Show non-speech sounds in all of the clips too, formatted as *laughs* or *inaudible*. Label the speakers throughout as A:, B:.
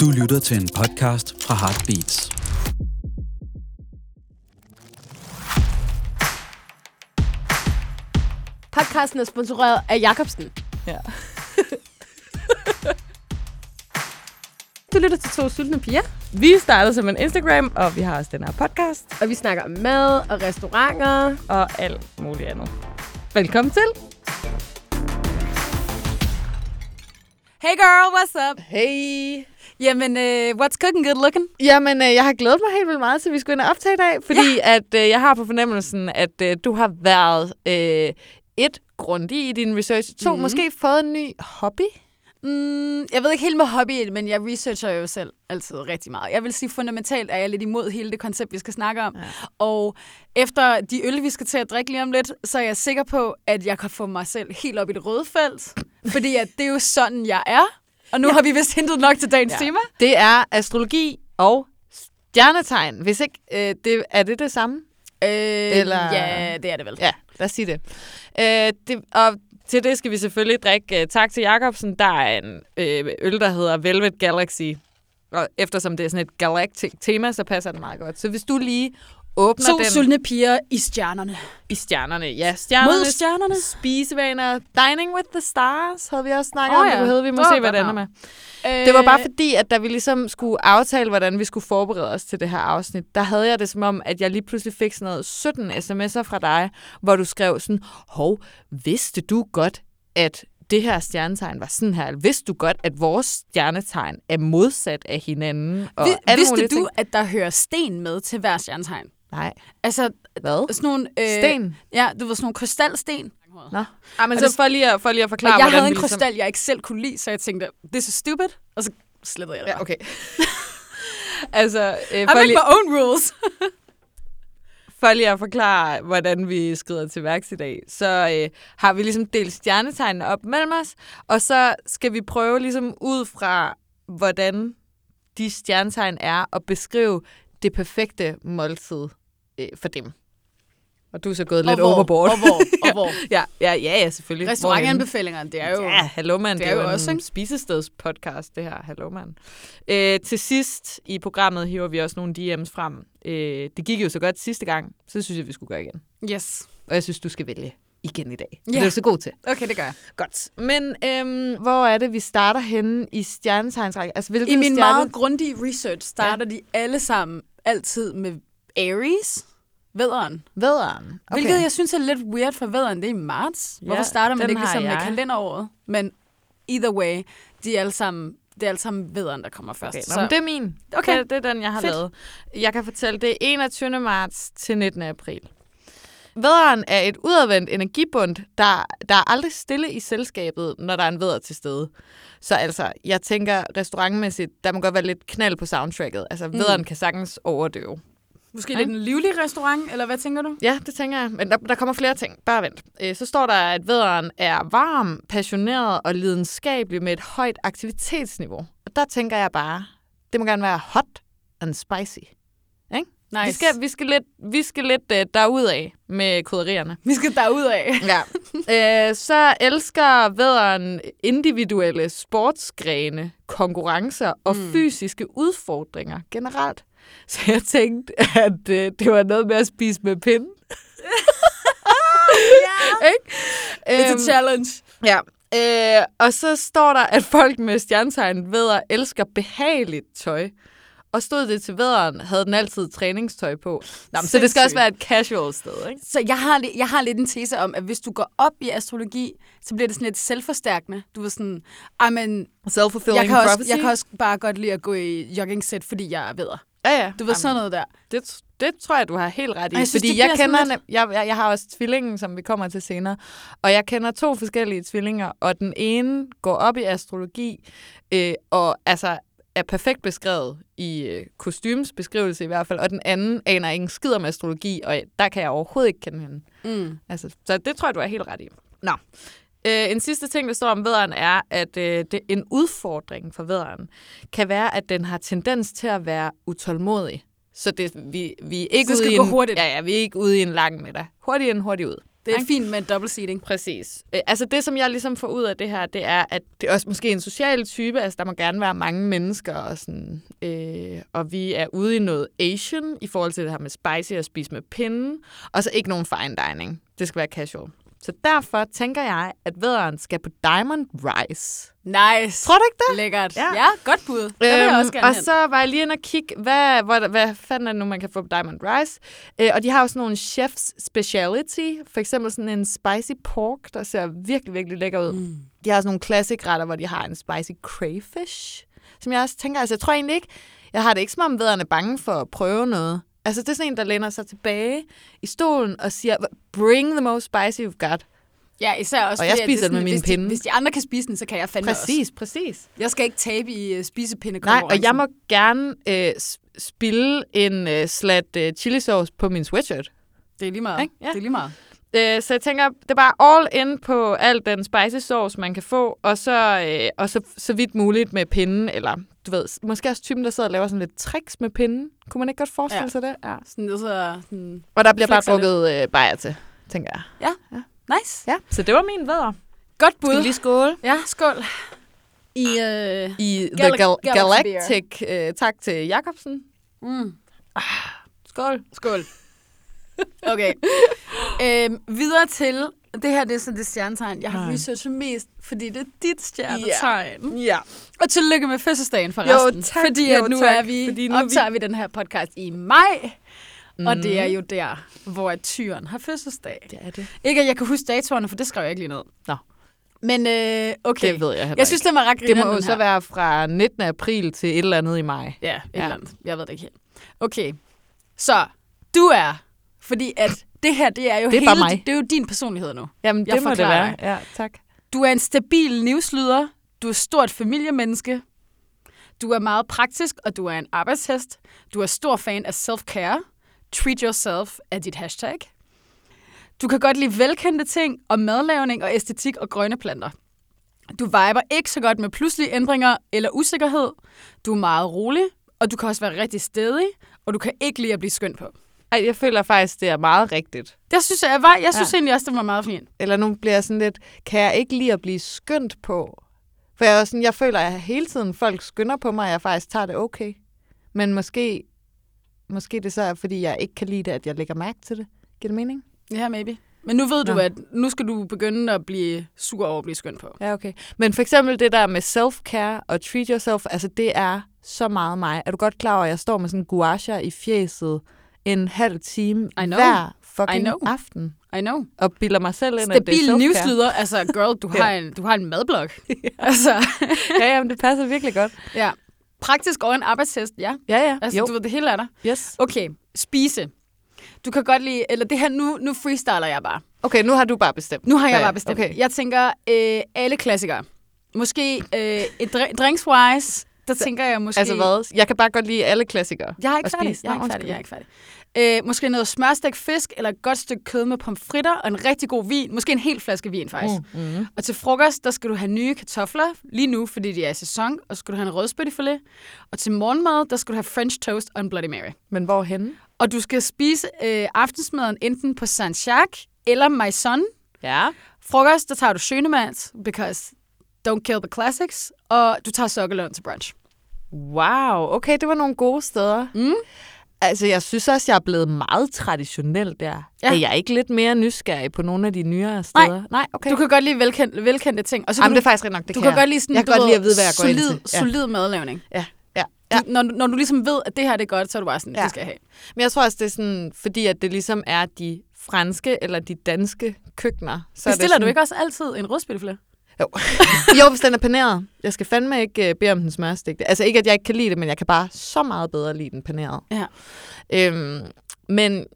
A: Du lytter til en podcast fra Heartbeats.
B: Podcasten er sponsoreret af Jacobsen.
C: Ja.
B: Du lytter til to sultne piger,
C: Vi startede som en Instagram, og vi har også den her podcast
B: og vi snakker om mad og restauranter.
C: og alt muligt andet. Velkommen til.
D: Hey girl, what's up?
B: Hey!
D: Jamen, uh, what's cooking good looking?
C: Jamen, øh, jeg har glædet mig helt vildt meget til, at vi skulle ind og optage i dag, fordi ja. at øh, jeg har på fornemmelsen, at øh, du har været øh, et grundig i din research, to mm. måske fået en ny hobby.
D: Mm, jeg ved ikke helt med hobbyen, men jeg researcher jo selv altid rigtig meget. Jeg vil sige, fundamentalt er jeg lidt imod hele det koncept, vi skal snakke om. Ja. Og efter de øl, vi skal til at drikke lige om lidt, så er jeg sikker på, at jeg kan få mig selv helt op i det røde felt. fordi at det er jo sådan, jeg er. Og nu ja. har vi vist hentet nok til dagens ja. tema.
C: Det er astrologi og stjernetegn, hvis ikke øh, det, er det det samme?
D: Øh,
C: Eller-
D: Ja, det er det vel.
C: Ja, lad os sige det. Øh, det og til det skal vi selvfølgelig drikke øh, tak til Jacobsen. Der er en øh, øl, der hedder Velvet Galaxy. Og eftersom det er sådan et galactic tema, så passer den meget godt. Så hvis du lige åbner
D: To
C: den
D: sultne piger i stjernerne.
C: i stjernerne. Ja,
D: Mod
C: stjernernes
D: stjernerne.
C: spisevaner. Dining with the Stars havde vi også snakket
D: Åh
C: oh, om.
D: ja,
C: Det kunne hedde, vi må
D: det var
C: se, hvad
D: godt
C: det ender med.
D: navn. Øh,
C: Det var bare fordi, at da vi ligesom skulle aftale, hvordan vi skulle forberede os til det her afsnit, der havde jeg det som om, at jeg lige pludselig fik sådan noget 17 sms'er fra dig, hvor du skrev sådan, hov, vidste du godt, at det her stjernetegn var sådan her? Eller vidste du godt, at vores stjernetegn er modsat af hinanden? Og
D: Vi,
C: alle
D: vidste
C: mulige
D: du,
C: ting?
D: at der hører sten med til hver stjernetegn?
C: Nej.
D: Altså,
C: Hvad?
D: sådan nogle... Øh,
C: Sten?
D: Ja, du ved, sådan nogle krystalsten.
C: Nå. Ah, men
D: Og
C: så
D: det-
C: for lige at, for lige at forklare,
D: Klar, jeg
C: hvordan
D: havde en
C: vi ligesom-
D: krystal, jeg ikke selv kunne lide, så jeg tænkte, this is stupid, og så slettede jeg det.
C: Ja,
D: bare.
C: okay. *laughs* altså, øh,
D: I
C: for,
D: make
C: lige,
D: my own rules.
C: for lige at forklare, hvordan vi skrider til værks i dag, så øh, har vi ligesom delt stjernetegnene op mellem os, og så skal vi prøve ligesom ud fra, hvordan de stjernetegn er, at beskrive det perfekte måltid øh, for dem. Og du er så gået *laughs* lidt
D: og hvor,
C: overboard.
D: Og hvor, og hvor.
C: *laughs* ja, ja, ja, ja, selvfølgelig. Hvorhenne?
D: Restaurantanbefalingerne, det er jo...
C: Ja, hallo mand, det er jo, også en
D: ikke?
C: spisestedspodcast, det her, hallo mand. Øh, til sidst i programmet hiver vi også nogle DM's frem. Øh, det gik jo så godt sidste gang, så det synes jeg, vi skulle gøre igen.
D: Yes.
C: Og jeg synes, du skal vælge igen i dag.
D: Ja.
C: Det er du så god til.
D: Okay, det gør jeg.
C: Godt. Men øhm, hvor er det, vi starter henne i stjernetegnsrækken? Altså, hvilken
D: I min
C: stjerne...
D: meget grundige research starter ja. de alle sammen altid med Aries, vædderen.
C: Vædderen.
D: Okay. Hvilket jeg synes er lidt weird, for vædderen det er i marts.
C: Ja,
D: Ja, Hvorfor starter man
C: den
D: det ikke
C: har
D: ligesom med
C: jeg.
D: kalenderåret? Men either way, de er alle sammen, det er alle sammen vædderen, der kommer først.
C: Okay, nå, men det er min.
D: Okay.
C: Det, det er den, jeg har Fedt.
D: Fedt.
C: lavet. Jeg kan fortælle, det er 21. marts til 19. april. Vædderen er et udadvendt energibund, der, der er aldrig stille i selskabet, når der er en vædder til stede. Så altså, jeg tænker restaurantmæssigt, der må godt være lidt knald på soundtracket. Altså, vædderen kan sagtens overdøve.
D: Måske lidt en livlig restaurant, eller hvad tænker du?
C: Ja, det tænker jeg. Men der, der kommer flere ting. Bare vent. Øh, Så står der, at vædderen er varm, passioneret og lidenskabelig med et højt aktivitetsniveau. Og der tænker jeg bare, det må gerne være hot and spicy.
D: Nice.
C: Vi skal, vi skal lidt, vi skal lidt øh, derudad med krydderierne.
D: vi skal
C: *laughs*
D: derudad.
C: Ja. Æ, så elsker vædderen individuelle sportsgrene, konkurrencer og mm. fysiske udfordringer generelt. Så jeg tænkte, at øh, det var noget med at spise med pinden.
D: *laughs* It's a
C: Øhm,
D: challenge.
C: Ja. Øh, og så står der, at folk med stjernetegn vædder elsker behageligt tøj. Og stod det til vædderen, havde den altid træningstøj på. Nå, men, så det skal også
D: Sindssygt.
C: være et casual sted, ikke?
D: Så jeg har, lidt- jeg har lidt en tese om, at hvis du går op i astrologi, så bliver det sådan lidt selvforstærkende. Du er sådan, "Ej, men
C: Self-fulfilling
D: jeg kan, også,
C: prophecy.
D: jeg kan også bare godt lide at gå i jogging-sæt, fordi jeg er bedre.
C: Ja, ja.
D: Du ved, sådan noget der.
C: det, det tror jeg, du har helt ret i.
D: Og
C: Jeg
D: jeg synes,
C: fordi
D: det
C: jeg
D: bliver sådan
C: kender,
D: lidt-
C: nem- jeg, jeg, jeg har også tvillingen, som vi kommer til senere, og jeg kender to forskellige tvillinger, og den ene går op i astrologi, øh, og altså er perfekt beskrevet i øh, kostymes beskrivelse i hvert fald, og den anden aner ingen skid om astrologi, og der kan jeg overhovedet ikke kende hende.
D: Mm.
C: Altså, så det tror jeg, du er helt ret i. Nå. Øh, en sidste ting, der står om vædderen, er, at øh, det, en udfordring for vædderen kan være, at den har tendens til at være utålmodig. Så det, vi, vi er ikke
D: Så det
C: ude
D: skal
C: i
D: gå
C: en,
D: hurtigt.
C: Ja, ja, vi er ikke ude i en lang middag. Hurtigt ind, hurtigt ud.
D: Det Det er fint med double seating.
C: Præcis. Øh, altså det, som jeg ligesom får ud af det her, det er, at det er også måske en social type. Altså der må gerne være mange mennesker og sådan. Øh, og vi er ude i noget Asian i forhold til det her med spicy og spise med pinden. Og så ikke nogen fine dining. Det skal være casual. Så derfor tænker jeg, at vederen skal på Diamond Rise.
D: Nice.
C: Tror du ikke det?
D: Lækkert.
C: Ja.
D: Ja, ja godt bud. Øhm, vil jeg også gerne
C: og
D: hen.
C: så var jeg lige inde og kigge, hvad, hvad, hvad fanden er det nu, man kan få på Diamond Rice. Øh, og de har også nogle chefs speciality. For eksempel sådan en spicy pork, der ser virkelig, virkelig lækker ud. Mm. De har også nogle klassikretter, hvor de har en spicy crayfish, som jeg også tænker, altså jeg tror egentlig ikke, jeg har det ikke som om vederne er bange for at prøve noget. Altså det er sådan en, der læner sig tilbage i stolen og siger, bring the most spicy you've got.
D: Ja, især også
C: Og jeg
D: fordi, at
C: spiser
D: det er
C: den med
D: sådan,
C: mine
D: hvis
C: pinde.
D: De, hvis de andre kan spise den, så kan jeg fandme også.
C: Præcis, præcis.
D: Jeg skal ikke tabe i uh,
C: Nej,
D: spisepindekonkurrencen.
C: og jeg må gerne øh, s- spille en øh, slat øh, chili sauce på min sweatshirt.
D: Det er lige meget.
C: Ikke? Ja.
D: Ja. Det er lige meget.
C: Øh, så jeg tænker, det er bare all in på al den spicy sauce, man kan få, og så, øh, og så, så vidt muligt med pinden, eller du ved, s- måske også typen, der sidder og laver sådan lidt tricks med pinden. Kunne man ikke godt forestille ja.
D: Ja.
C: sig det? Ja.
D: Sådan, det er så, sådan,
C: Og der bliver bare
D: Flexer lidt.
C: drukket øh, bajer til, tænker jeg.
D: nice.
C: Ja. Så det var min vædder.
D: Godt
C: Skal vi
D: bud.
C: lige skåle?
D: Ja, skål. I, øh,
C: I The
D: Gal-
C: Gal-
D: Galaxy Beer.
C: Galactic. Øh, tak til Jacobsen.
D: mm,
C: Skål.
D: skål. *laughs* Okay. øhm, videre til, det her det er sådan det stjernetegn, jeg har
C: Nej.
D: researchet mest, fordi det er dit stjernetegn. Yeah.
C: Ja.
D: Og tillykke med fødselsdagen for
C: Jo,
D: resten.
C: tak.
D: Fordi
C: Jo,
D: at nu
C: tak.
D: er vi,
C: Fordi
D: fordi
C: nu
D: nu
C: er vi-
D: optager vi... den her podcast i maj. Mm. Og det er jo der, hvor at tyren har fødselsdag.
C: Det er det.
D: Ikke, at jeg kan huske datorerne, for det skrev jeg ikke lige ned.
C: Nå.
D: Men øh, okay.
C: Det ved jeg heller
D: jeg synes, det var ret
C: Det
D: grineren,
C: må jo
D: den
C: så
D: her.
C: være fra 19. april til et eller andet i maj.
D: Ja, et
C: Ja.
D: eller andet. Jeg ved det ikke helt. Okay. Så, du er... Fordi at det her, det er jo
C: Det er
D: hele...
C: bare mig.
D: Det er jo din personlighed nu.
C: Jamen,
D: Jeg
C: det må det
D: forklarer
C: være. Ja, tak.
D: Du er en stabil livslyder. Du er stort familiemenneske. Du er meget praktisk, og du er en arbejdshest. Du er stor fan af self-care. Treat yourself er dit hashtag. Du kan godt lide velkendte ting og madlavning og æstetik og grønne planter. Du viber ikke så godt med pludselige ændringer eller usikkerhed. Du er meget rolig, og du kan også være rigtig stedig, og du kan ikke lide at blive skøn på.
C: Ej, jeg føler faktisk, det er meget rigtigt.
D: Det synes jeg, jeg var, jeg synes
C: Ja.
D: ja. egentlig også, det var meget fint.
C: Eller nu bliver jeg sådan lidt, kan jeg ikke lide at blive skyndt på? For jeg, er også sådan, jeg føler, at hele tiden folk skynder på mig, og jeg faktisk tager det okay. Men måske, måske det så er, fordi jeg ikke kan lide det, at jeg lægger mærke til det. Giver det mening?
D: Ja, maybe. Men nu ved du,
C: Nå.
D: at nu skal du begynde at blive sur over at blive skøn på.
C: Ja, okay. Men for eksempel det der med self-care og treat yourself, altså det er så meget mig. Er du godt klar over, at jeg står med sådan en gouache i fjeset en halv time
D: I know.
C: hver
D: I
C: fucking
D: know.
C: aften?
D: I know.
C: Og bilder mig selv ind, at det er
D: Stabil
C: self-care.
D: livslyder. Altså, girl, du har, en, du har en madblok. altså,
C: *laughs* ja, jamen, det passer virkelig godt.
D: ja. Praktisk og en arbejdshest, ja.
C: Ja, ja.
D: Altså,
C: jo.
D: du ved, det hele er der.
C: Yes.
D: Okay, spise. Du kan godt lide, eller det her, nu, nu freestyler jeg bare.
C: Okay, nu har du bare bestemt.
D: Nu har jeg
C: Ja,
D: bare bestemt.
C: Okay.
D: Okay. Jeg tænker, øh, alle klassikere. Måske øh, et dr- drinks-wise, der tænker jeg måske...
C: Altså hvad? Jeg kan bare godt lide alle klassikere.
D: Jeg er ikke
C: at
D: færdig.
C: spise.
D: Jeg er
C: Nå,
D: ikke færdig. Jeg er ikke færdig. Øh, måske noget smørstegt fisk, eller et godt stykke kød med pomfritter, og en rigtig god vin. Måske en hel flaske vin, faktisk. Mm, mm. Og til frokost, der skal du have nye kartofler, lige nu, fordi de er i sæson, og så skal du have en rødspættefilet. Og til morgenmad, der skal du have french toast og en Bloody Mary.
C: Men hvorhenne?
D: Og du skal spise øh, aftensmaden enten på Saint-Jacques eller Maison.
C: Ja.
D: Frokost, der tager du Schønemands, because don't kill the classics. Og du tager sokkeløn til brunch.
C: Wow, okay, det var nogle gode steder. Mm. Altså, jeg synes også, jeg er blevet meget traditionel der. Ja.
D: Ja.
C: Er jeg ikke lidt mere nysgerrig på nogle af de nyere steder? Nej, okay.
D: Du kan godt lide velkendte, velkendte ting. Og så kan
C: Jamen,
D: du
C: det er faktisk ret nok, det
D: Du
C: kan,
D: kan,
C: jeg.
D: godt lide sådan,
C: jeg kan
D: du
C: godt
D: ved,
C: lide at vide, hvad jeg går
D: solid,
C: ind til.
D: Solid madlavning.
C: Ja, ja, ja.
D: Ja. Du, når, du- når du ligesom ved, at det her det er godt, så er du bare sådan,
C: Ja.
D: det skal jeg have.
C: Men jeg tror også, det er sådan, fordi at det ligesom er de franske eller de danske køkkener. Så er det
D: Bestiller
C: sådan,
D: du ikke også altid en rødspilflæ?
C: Jo. *laughs* jo, hvis den er paneret. Jeg skal fandme ikke øh, bede om den smørstigte. Altså ikke, at jeg ikke kan lide det, men jeg kan bare så meget bedre lide den paneret.
D: Ja.
C: Øhm, men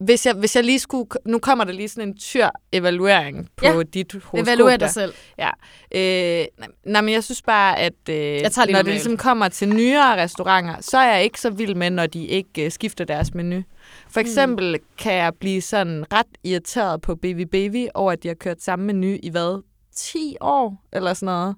C: hvis jeg, hvis jeg lige skulle... Nu kommer der lige sådan en tyr-evaluering på
D: Ja.
C: dit horoskop.
D: Evaluer
C: der.
D: dig selv.
C: Ja. Øh, nej, nej, men jeg synes bare, at øh, jeg
D: tager lige
C: når
D: noget
C: det
D: med.
C: ligesom kommer til nyere restauranter, så er jeg ikke så vild med, når de ikke øh, skifter deres menu.
D: Hmm.
C: For eksempel mm. kan jeg blive sådan ret irriteret på Baby Baby over, at de har kørt samme menu i hvad? 10 år eller sådan noget.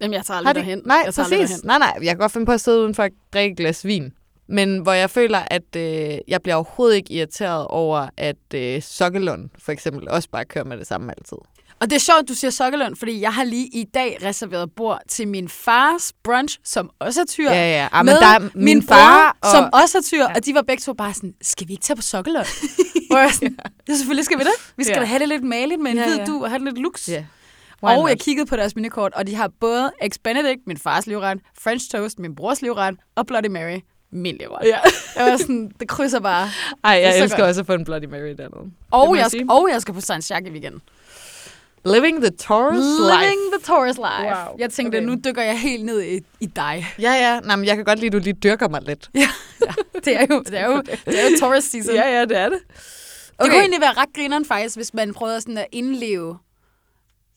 D: Jamen, jeg tager
C: Har
D: aldrig
C: de...
D: derhen.
C: Nej,
D: jeg tager aldrig
C: præcis.
D: derhen.
C: Nej, nej, jeg kan godt finde på at sidde udenfor og drikke et glas vin. Men hvor jeg føler, at øh, jeg bliver overhovedet ikke irriteret over, at øh, Sokkelund for eksempel også bare kører med det samme altid.
D: Og det er sjovt, du siger sokkelund, fordi jeg har lige i dag reserveret bord til min fars brunch, som også er tyr.
C: Ja, ja. Ah, men
D: med
C: der er min
D: min
C: far
D: bror,
C: og-
D: som også er tyr, ja. og de var begge to bare sådan, skal vi ikke tage på sokkelund? *laughs* Hvor jeg
C: *laughs*
D: sådan, ja, selvfølgelig skal vi det. Vi skal
C: Ja.
D: ja. da have det lidt maligt med en
C: Ja,
D: ja, hvid
C: ja.
D: du og have det lidt luks.
C: Ja. Why
D: Og
C: not?
D: jeg kiggede på deres menukort, og de har både Eggs Benedict, min fars livret, French Toast, min brors livret, og Bloody Mary, min livret.
C: Ja.
D: Jeg var sådan, det krydser bare.
C: Ej,
D: Det er
C: jeg
D: så
C: elsker
D: godt.
C: også at få en Bloody Mary dernede. må
D: Og
C: jeg
D: jeg, skal,
C: sige.
D: og jeg skal på Saint Jacques i weekenden.
C: Living the Taurus life.
D: Living the Taurus life.
C: Wow.
D: Jeg tænkte,
C: Okay.
D: nu dykker jeg helt ned i, i
C: *laughs*
D: dig.
C: Ja, ja. Nej, men jeg kan godt lide, at du lige dyrker mig lidt.
D: Det er jo, det er jo, det er jo Taurus season.
C: Ja, ja, det er det.
D: Okay. Det kunne egentlig være ret grineren faktisk, hvis man prøvede sådan at indleve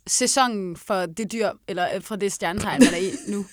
D: sæsonen for det dyr, eller øh, for det stjernetegn, man er i
C: *laughs*
D: nu.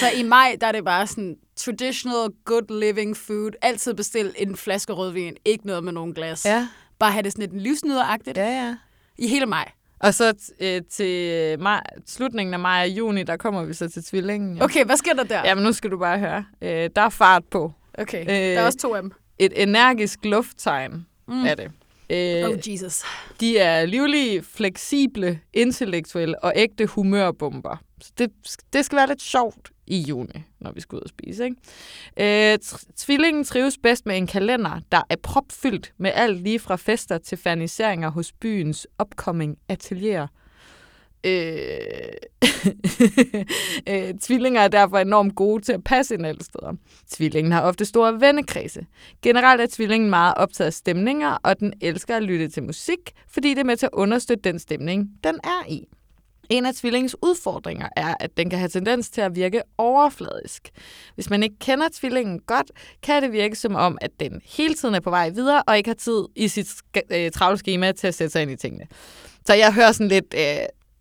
D: Så i maj, der er det bare sådan traditional good living food. Altid bestil en flaske rødvin, ikke noget med nogen glas.
C: Ja,
D: Bare have det sådan lidt livsnyderagtigt ja.
C: ja, ja.
D: i hele maj.
C: Og så øh, til maj, slutningen af maj og juni, der kommer vi så til tvillingen. Ja.
D: Okay, hvad sker der der?
C: Jamen, nu skal du bare høre. Øh, der er fart på.
D: Okay, øh,
C: Øh,
D: der er også to af dem.
C: Et energisk lufttegn mm.
D: Mm.
C: er det. Øh,
D: Oh Jesus.
C: De er livlige, fleksible, intellektuelle og ægte humørbomber. Så det, det skal være lidt sjovt i juni, når vi skal ud og spise. Ikke? Øh, tr- tvillingen trives bedst med en kalender, der er propfyldt med alt lige fra fester til ferniseringer hos byens upcoming atelierer. Øh, *laughs* øh, tvillinger er derfor enormt gode til at passe ind alle steder. Tvillingen har ofte store vennekredse. Generelt er tvillingen meget optaget af stemninger, og den elsker at lytte til musik, fordi det er med til at understøtte den stemning, den er i. En af tvillingens udfordringer er, at den kan have tendens til at virke overfladisk. Hvis man ikke kender tvillingen godt, kan det virke som om, at den hele tiden er på vej videre og ikke har tid i sit sk- øh, travle schema til at sætte sig ind i tingene. Så jeg hører sådan lidt øh,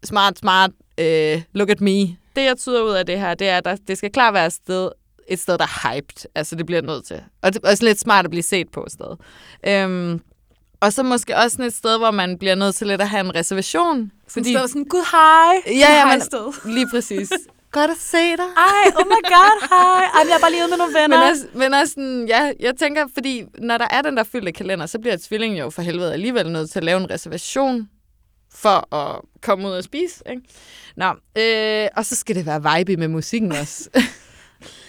C: smart, smart, øh, look at me. Det, jeg tyder ud af det her, det er, at der, det skal klart være et sted, et sted, der er hyped. Altså, det bliver jeg nødt til. Og det er også lidt smart at blive set på et sted. Øhm, og så måske også sådan et sted, hvor man bliver nødt til lidt at have en reservation.
D: Fordi... Hun står sådan, gud hej.
C: Ja, ja,
D: hej
C: men-
D: sted.
C: *laughs* Lige præcis. Godt at se dig.
D: Ej, oh my god, hej. Ej, men jeg er bare lige ude med nogle venner.
C: Men altså- også, men også sådan, ja, jeg tænker, fordi når der er den der fyldte kalender, så bliver tvillingen jo for helvede alligevel nødt til at lave en reservation for at komme ud og spise. Ikke? Nå, øh, og så skal det være vibe med musikken også.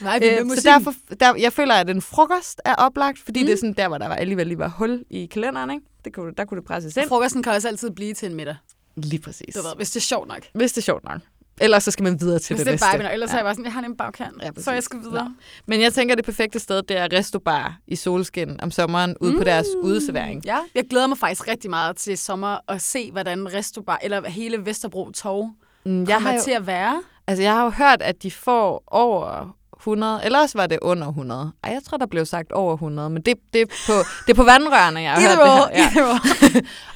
D: Nej, vi *laughs* er med
C: Øh, så
D: musikken.
C: derfor, der, jeg føler, at en frokost er oplagt, fordi mm. det er sådan der, hvor der var, alligevel lige var hul i kalenderen. Ikke? Det kunne, der kunne det presses ind.
D: Frokosten kan også altid blive til en middag.
C: Lige præcis.
D: Du ved, hvis det er sjovt nok.
C: Hvis det er sjovt nok. Ellers så skal man videre til
D: Hvis
C: det,
D: det
C: næste.
D: er vibe, nok. ellers ja. er jeg bare sådan, jeg har en bagkant,
C: Ja,
D: ja,
C: præcis.
D: så jeg skal videre. Nå.
C: Men jeg tænker, det perfekte sted, det er Resto Bar i solskin om sommeren, ude mm. på deres udeservering.
D: Ja, jeg glæder mig faktisk rigtig meget til sommer at se, hvordan Restobar, eller hele Vesterbro Torv
C: Mm, Jeg
D: kommer
C: har, jo,
D: til at være.
C: altså, jeg har jo hørt, at de får over 100, eller også var det under 100. Ej, jeg tror, der blev sagt over 100, men det, det, er, på, det er på vandrørene,
D: *laughs*
C: jeg har
D: Either
C: hørt
D: or,
C: det her.
D: either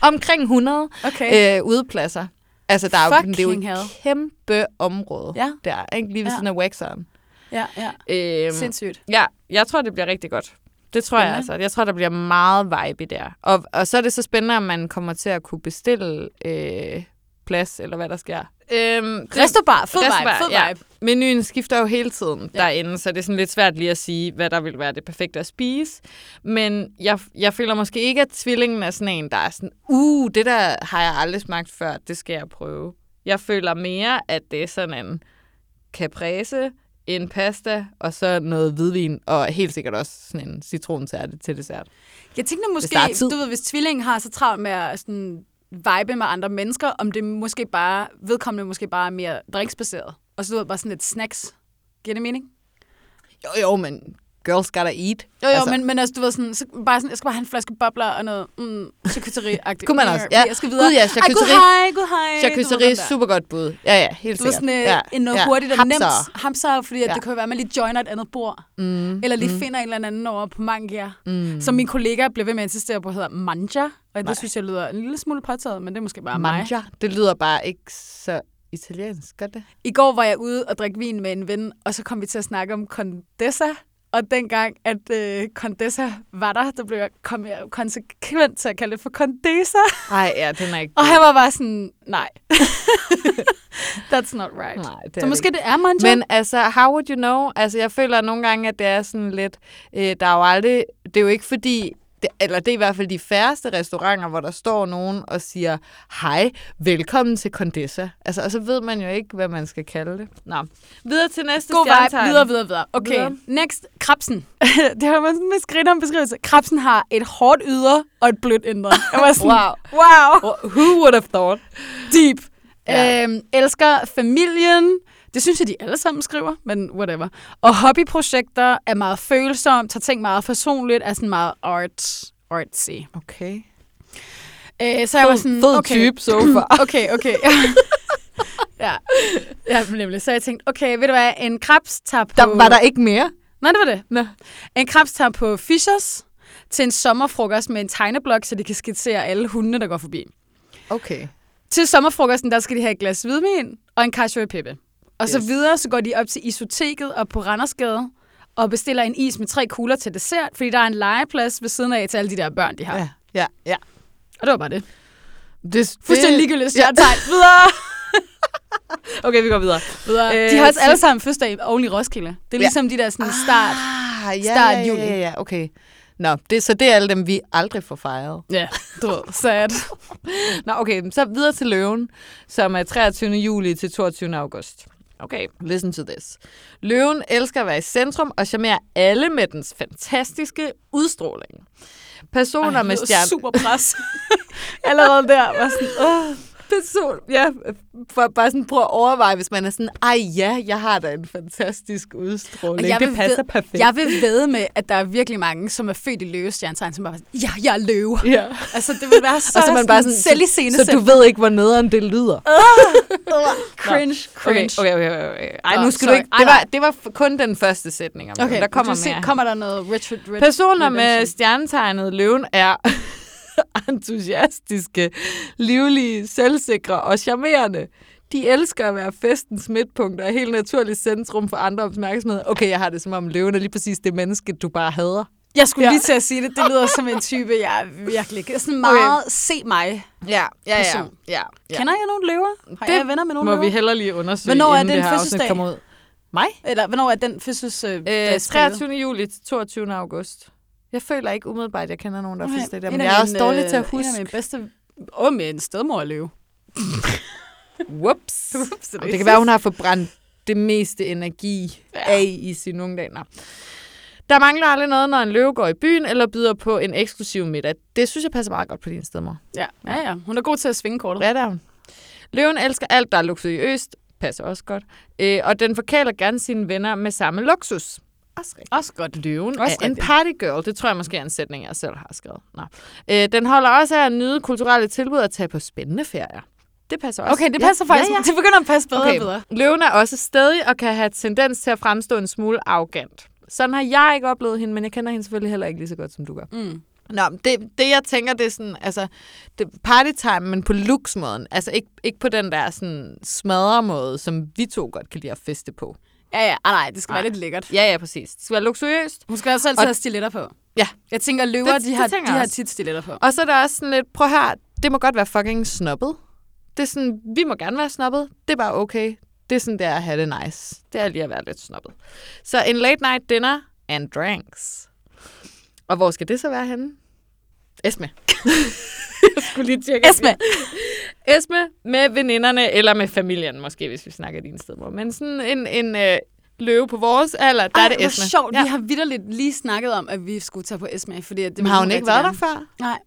D: or.
C: Omkring 100
D: *laughs* Okay.
C: øh, udepladser. Altså, der er jo, det er jo
D: Fucking hell.
C: et kæmpe område
D: Ja.
C: der, ikke? lige ved
D: Ja.
C: siden af Waxeren.
D: Ja, ja.
C: Øhm,
D: Sindssygt.
C: ja, jeg tror, det bliver rigtig godt. Det tror jeg
D: Spændende.
C: altså. Jeg tror, der bliver meget vibe i der. Og, og så er det så spændende, om man kommer til at kunne bestille øh, plads, eller hvad der sker. Øhm, det-
D: Restobar, fed vibe,
C: Restobar,
D: fed
C: ja.
D: vibe.
C: Menuen skifter jo hele tiden ja. derinde, så det er sådan lidt svært lige at sige, hvad der vil være det perfekte at spise. Men jeg, jeg føler måske ikke, at tvillingen er sådan en, der er sådan, uh, det der har jeg aldrig smagt før, det skal jeg prøve. Jeg føler mere, at det er sådan en caprese, en pasta, og så noget hvidvin, og helt sikkert også sådan en citrontærte til dessert.
D: Jeg tænkte måske,
C: der er tid.
D: du ved, hvis tvillingen har så travlt med at sådan vibe med andre mennesker, om det måske bare, vedkommende måske bare er mere driksbaseret. Og så du ved, bare sådan lidt snacks. Giver det mening?
C: Jo, jo, men girls gotta eat.
D: Jo, jo, altså, men, men altså, du ved sådan, så bare sådan, jeg skal bare have en flaske bobler og noget mm, charcuterie-agtigt.
C: Kunne man
D: Øh,
C: også, ja.
D: Jeg skal videre.
C: Gud, ja,
D: Ej, gud
C: charcuterie.
D: hej, gud hej. Du
C: Charcuterie,
D: ved, den der.
C: super godt bud. Ja, ja, helt
D: Du ved
C: sikkert.
D: sådan øh,
C: ja,
D: en noget hurtigt og
C: Hamsere.
D: nemt. Hamser, fordi at
C: Ja.
D: det kan jo være, at man lige joiner et andet bord. Mm. Eller lige mm. finder en eller anden over på Mangia. Mm. Som min kollega bliver ved med at insistere på, hedder Manja. Og det synes jeg lyder en lille smule påtaget, men det er måske bare mig.
C: Mangia. Det lyder bare ikke så italiensk, gør det?
D: I går var jeg ude og drikke vin med en ven, og så kom vi til at snakke om Condessa. Og dengang, at øh, Condessa var der, der blev jeg, kom jeg jo konsekvent til at kalde det for Condesa.
C: Nej, ja, den er ikke...
D: Og han var bare sådan, nej. *laughs* That's not right.
C: Nej, det er
D: så
C: det
D: måske det er Monjo.
C: Men altså, how would you know? Altså, jeg føler nogle gange, at det er sådan lidt... Øh, der er jo aldrig... Det er jo ikke fordi... Det, eller det er i hvert fald de færreste restauranter, hvor der står nogen og siger, hej, velkommen til Condessa. Altså, og så ved man jo ikke, hvad man skal kalde det. Nå, videre til næste
D: God vibe.
C: stjernetegn.
D: Videre, videre, videre. Okay,
C: Videre.
D: videre. next. Krabsen. *laughs* det har man sådan med skridt om beskrivelse. Krabsen har et hårdt yder og et blødt indre. Jeg var sådan,
C: Wow.
D: wow.
C: Who would have thought?
D: Deep.
C: Ja.
D: Ja. Øhm, elsker familien. Det synes jeg, de alle sammen skriver, men whatever. Og hobbyprojekter er meget følsomt, tager ting meget personligt, er sådan meget art, artsy.
C: Okay.
D: Øh, så jeg var sådan,
C: fed
D: okay.
C: type so far.
D: Okay, okay. ja. ja, nemlig. Så jeg tænkte, okay, ved du hvad, en krebs tager på...
C: *laughs* Der, var der ikke mere?
D: Nej, det var det.
C: Nå.
D: En krebs tager på Fishers til en sommerfrokost med en tegneblok, så de kan skitsere alle hundene, der går forbi.
C: Okay.
D: Til sommerfrokosten, der skal de have et glas hvidvin og en cacio e pepe. Og yes. så
C: Yes.
D: videre, så går de op til isoteket og på Randersgade og bestiller en is med tre kugler til dessert, fordi der er en legeplads ved siden af til alle de der børn, de har. Ja.
C: Ja, ja. ja.
D: Og det var bare det.
C: Det,
D: Fuldstændig ligegyldigt stjernetegn.
C: *laughs*
D: Videre!
C: Okay, vi går videre.
D: videre.
C: Øh,
D: de har også
C: så-
D: alle sammen fødselsdag oven i Roskilde. Det er
C: Ja.
D: ligesom ja. de der sådan start.
C: Ah, ja,
D: Start
C: ja,
D: juli.
C: Ja, ja, okay. Nå, det, så det er alle dem, vi aldrig får fejret.
D: Ja, du ved, sad.
C: Nå, okay, så videre til løven, som er 23. juli til 22. august. Okay, listen to this. Løven elsker at være i centrum og charmerer alle med dens fantastiske udstråling. Personer
D: Ej,
C: Ej, med
D: lyder
C: stjerne...
D: Super
C: *laughs*
D: pres. Allerede der var sådan, åh.
C: person, ja, for bare sådan prøv at overveje, hvis man er sådan, ej ja, jeg har da en fantastisk udstråling.
D: Og jeg
C: det
D: vil
C: passer
D: ved-
C: perfekt.
D: Jeg vil ved med, at der er virkelig mange, som er født i løvestjernetegn, som bare er sådan, ja, jeg er løve.
C: Ja.
D: Altså, det vil være så,
C: *laughs* Og så er man bare sådan,
D: selv i scene
C: så du ved ikke, hvor nederen det lyder.
D: cringe,
C: Okay,
D: cringe.
C: okay, okay. okay. Ej,
D: Nå,
C: nu skal
D: sorry.
C: du ikke... Det
D: Ej,
C: var, det var f- kun den første sætning. Om det. der kommer
D: du se,
C: mere.
D: kommer der noget Richard Rich
C: Personer med
D: Redemption?
C: stjernetegnet løven er *laughs* entusiastiske, livlige, selvsikre og charmerende. De elsker at være festens midtpunkt og er helt naturligt centrum for andre opmærksomhed. Okay, jeg har det som om løven er lige præcis det menneske, du bare hader.
D: Jeg skulle
C: Ja.
D: ja. lige til at sige det. Det lyder som en type, jeg er virkelig ikke- sådan meget okay. se mig.
C: Ja, ja,
D: ja,
C: ja,
D: Ja. Kender jeg nogen løver? Har det jeg venner med nogen
C: Må
D: løver?
C: vi heller lige undersøge,
D: Hvornår er
C: inden
D: den
C: det her afsnit
D: fødselsdag?
C: kommer ud. Mig?
D: Eller hvornår er den fødsels... Øh,
C: Øh,
D: dags periode?
C: 23. juli til 22. august. Jeg føler ikke umiddelbart, at jeg kender nogen, der har
D: Okay.
C: fødselsdag der,
D: En
C: men
D: af
C: jeg
D: mine,
C: er også dårlig til at
D: øh, En af
C: huske.
D: mine bedste... Åh, med en stedmor er *laughs* løve. *laughs*
C: Whoops.
D: Whoops,
C: Det, det kan være, hun har forbrændt det meste energi ja. af i sine unge dage. Nå. Der mangler aldrig noget, når en løve går i byen eller byder på en eksklusiv middag. Det synes jeg passer meget godt på din stedmor.
D: Ja. ja, ja. Hun er god til at svinge kortet.
C: Hvad er hun? Løven elsker alt, der er luksuriøst. Passer også godt. Øh, og den forkæler gerne sine venner med samme luksus. Også rigtigt.
D: Også godt.
C: Løven
D: Også
C: er en
D: rigtigt.
C: partygirl. Det tror jeg måske er en sætning, jeg selv har skrevet. Nå. Øh, den holder også af at nyde kulturelle tilbud og tage på spændende ferier. Det passer også.
D: Okay, det passer
C: ja,
D: faktisk.
C: Ja, ja.
D: Det begynder at passe bedre og bedre.
C: Løven er også stedig og kan have tendens til at fremstå en smule arrogant. Sådan har jeg ikke oplevet hende, men jeg kender hende selvfølgelig heller ikke lige så godt, som du gør.
D: Mm.
C: Nå, men det, det jeg tænker, det er sådan, altså, det er party time, men på looks-måden. Altså ikke, ikke på den der sådan smadre-måde, som vi to godt kan lide at feste på.
D: Ja, ja. Ah, nej, det skal være lidt lækkert.
C: Ja, ja, præcis. Det skal være luksuriøst.
D: Hun skal også altid have stiletter på.
C: Ja.
D: Jeg tænker, løver,
C: Det-
D: det, de,
C: det
D: har,
C: tænker
D: de
C: jeg
D: har
C: også.
D: tit stiletter på.
C: Og så er der også sådan lidt, prøv her, det må godt være fucking snobbet. Det er sådan, vi må gerne være snobbet, det er bare okay. Det er sådan, det er at have det nice. Det er lige at være lidt snobbet. Så en late night dinner and drinks. Og hvor skal det så være henne? Esme. *laughs* Jeg skulle lige tjekke.
D: Esme!
C: Esme med veninderne, eller med familien måske, hvis vi snakker din sted. Men sådan en, en øh, løve på vores alder, der er det Esme.
D: Hvor sjovt. Ja. Vi har vidderligt lige snakket om, at vi skulle tage på Esma, fordi at det
C: Men
D: ville
C: har hun ikke
D: rigtig
C: været der
D: gerne.
C: før?
D: Nej.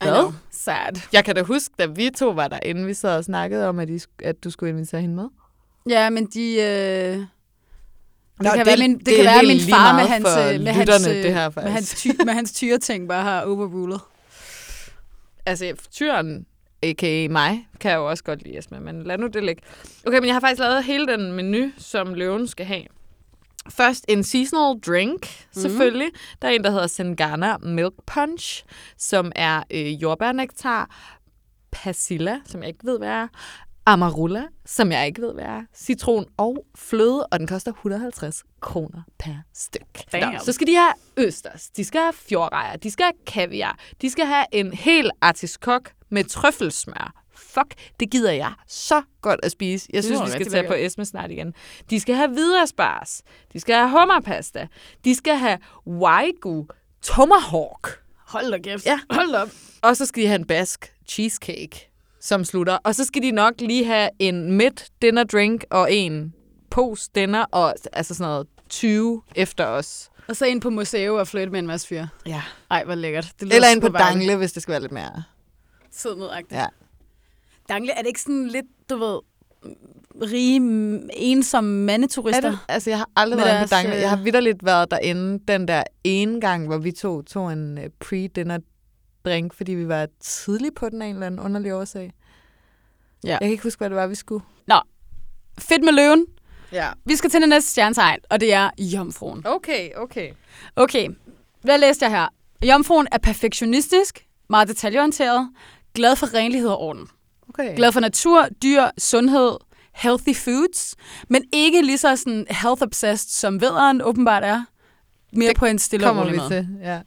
D: I
C: Hvad?
D: know. Sad.
C: Jeg kan da huske, da vi to var derinde, vi sad og snakkede om, at, I, sk- at du skulle invitere hende med.
D: Ja, men de... Øh... Det
C: Nå,
D: kan
C: det-
D: være, min, det
C: det
D: kan
C: er
D: være
C: helt
D: min
C: lige
D: far med
C: meget
D: hans,
C: for
D: øh, med hans,
C: lytterne,
D: øh,
C: det her, altså.
D: med
C: faktisk.
D: hans, ty, med hans tyreting bare har overrulet.
C: Altså, tyren, a.k.a. mig, kan jeg jo også godt lide Esma, men lad nu det ligge. Okay, men jeg har faktisk lavet hele den menu, som løven skal have. Først en seasonal drink, selvfølgelig. Mm. Der er en, der hedder Sengana Milk Punch, som er øh, jordbærnektar, persilla, som jeg ikke ved, hvad er, Amarula, som jeg ikke ved, hvad er, citron og fløde, og den koster 150 kroner per styk.
D: Damn.
C: Nå, så skal de have østers, de skal have fjordrejer, de skal have kaviar, de skal have en hel artiskok med trøffelsmør. Fuck, det gider jeg så godt at spise. Jeg synes,
D: lyder
C: vi skal
D: rigtig
C: tage på
D: lækkert.
C: Esme snart igen. De skal have videre spars. De skal have hummerpasta. De skal have waigu tomahawk.
D: Hold da kæft.
C: Ja.
D: Hold da op.
C: Og så skal de have en bask cheesecake, som slutter. Og så skal de nok lige have en midt dinner drink og en pose dinner og altså sådan noget 20 efter os.
D: Og så ind på museet og flytte med en masse fyre.
C: Ja.
D: Ej, hvor lækkert. Det lyder
C: Eller en på
D: super dejligt.
C: dangle, hvis det skal være lidt mere.
D: Sid nedagtigt.
C: Ja.
D: Dangle, er det ikke sådan lidt, du ved, rige, m- ensomme mandeturister?
C: Altså, jeg har aldrig
D: Med
C: været inde
D: deres,
C: på dangle.
D: øh,
C: Jeg har vidderligt været derinde den der ene gang, hvor vi to tog en øh, pre-dinner drink, fordi vi var tidlig på den af en eller anden underlig årsag.
D: Ja.
C: Jeg kan ikke huske, hvad det var, vi skulle.
D: Fedt med løven.
C: Ja.
D: Vi skal til det næste stjernetegn, og det er jomfruen.
C: Okay, okay.
D: Okay, hvad læste jeg her? Jomfruen er perfektionistisk, meget detaljeorienteret, glad for renlighed og orden.
C: okay.
D: Glad for natur, dyr, sundhed, healthy foods, men ikke lige så sådan health-obsessed, som vederen åbenbart er. Mere
C: Det
D: på en stille og
C: kommer
D: rolig
C: vi
D: måde.
C: til. Ja.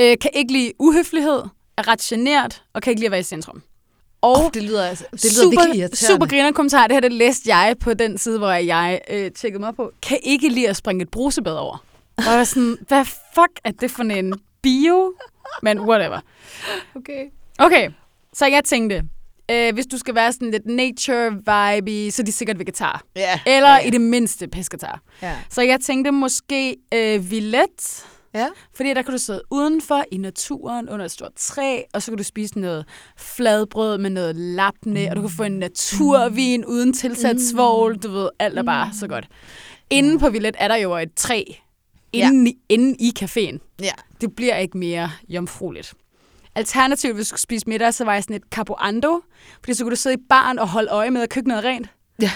D: Øh, kan ikke lide uhøflighed, er ret genert, og kan ikke lide at være i centrum. Og
C: Oh, det lyder, altså, det lyder virkelig irriterende.
D: super griner kommentar, det her det læste jeg på den side, hvor jeg øh, tjekkede mig op på, kan ikke lide at springe et brusebad over. Og jeg var sådan, *laughs* hvad fuck er det for en bio? Men whatever.
C: Okay.
D: Okay, så jeg tænkte, øh, hvis du skal være sådan lidt nature vibe så er de sikkert vegetar.
C: Ja.
D: Eller
C: ja.
D: i det mindste pesketar.
C: Ja.
D: Så jeg tænkte måske øh, villet.
C: ja.
D: Fordi der kan du sidde udenfor i naturen under et stort træ, og så kan du spise noget fladbrød med noget lapne, og du kan få en naturvin uden tilsat
C: Mm.
D: svovl. Du ved, alt er bare så godt. Inden på Villet er der jo et træ inden, i, inden i caféen.
C: Ja.
D: Det bliver ikke mere jomfrueligt. Alternativt, hvis du skulle spise middag, så var jeg sådan et capoando, fordi så kunne du sidde i baren og holde øje med, at køkkenet er rent. *laughs*
C: Ja.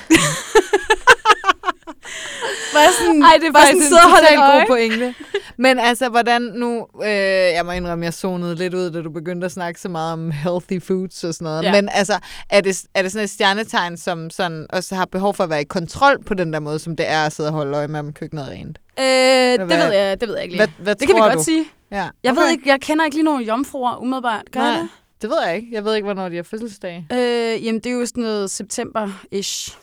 D: Var jeg sådan,
C: Ej, det er
D: var
C: faktisk en
D: sådan, sidde og holde
C: totalt god
D: øje.
C: pointe. *laughs* Men altså, hvordan nu... Øh, jeg må indrømme, jeg zonede lidt ud, da du begyndte at snakke så meget om healthy foods og sådan noget.
D: Ja.
C: Ja. Men altså, er det, er det sådan et stjernetegn, som sådan også har behov for at være i kontrol på den der måde, som det er at sidde og holde øje med, om køkkenet er rent?
D: Øh, det
C: Hvad-
D: ved jeg, det ved jeg ikke lige.
C: Hvad, hvad
D: Det kan vi
C: tror
D: godt
C: du?
D: sige.
C: Ja.
D: Jeg okay. ved
C: okay.
D: ikke, jeg kender ikke lige nogen jomfruer umiddelbart. Gør jeg
C: Nej, det ved jeg ikke. Jeg ved ikke, hvornår de har fødselsdag.
D: det? Øh, jamen, det er jo sådan noget september-ish.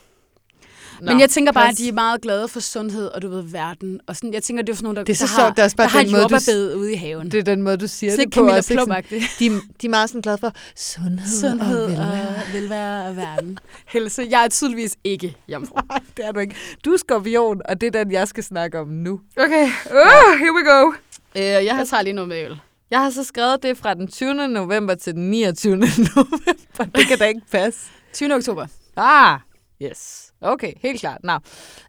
C: Nå.
D: Men jeg tænker bare,
C: pas.
D: at de er meget glade for sundhed, og du ved, verden. Og sådan, jeg tænker, det er jo sådan nogle, der,
C: Det er så
D: der
C: sjovt, det er også bare
D: der har
C: den måde, du s-
D: jordbærbed ude i haven.
C: Det er den måde, du siger
D: Sådan
C: det
D: lidt
C: på.
D: Camilla
C: også, ikke? Sådan-
D: Plum-agtigt.
C: de, de er meget sådan glade for *laughs* sundhed,
D: Sundhed
C: og velvære.
D: og velvære og verden. Helse. Jeg er tydeligvis ikke jomfru.
C: *laughs* Nej, det er du ikke. Du er skorpion, og det er den, jeg skal snakke om nu.
D: Okay, uh, here we go.
C: Øh, jeg,
D: Jeg tager lige noget med øl.
C: jeg har så skrevet det fra den 20. november til den 29. *laughs* november. Det kan da ikke passe.
D: 20. oktober.
C: Ah, yes. Okay, helt klart. Nå.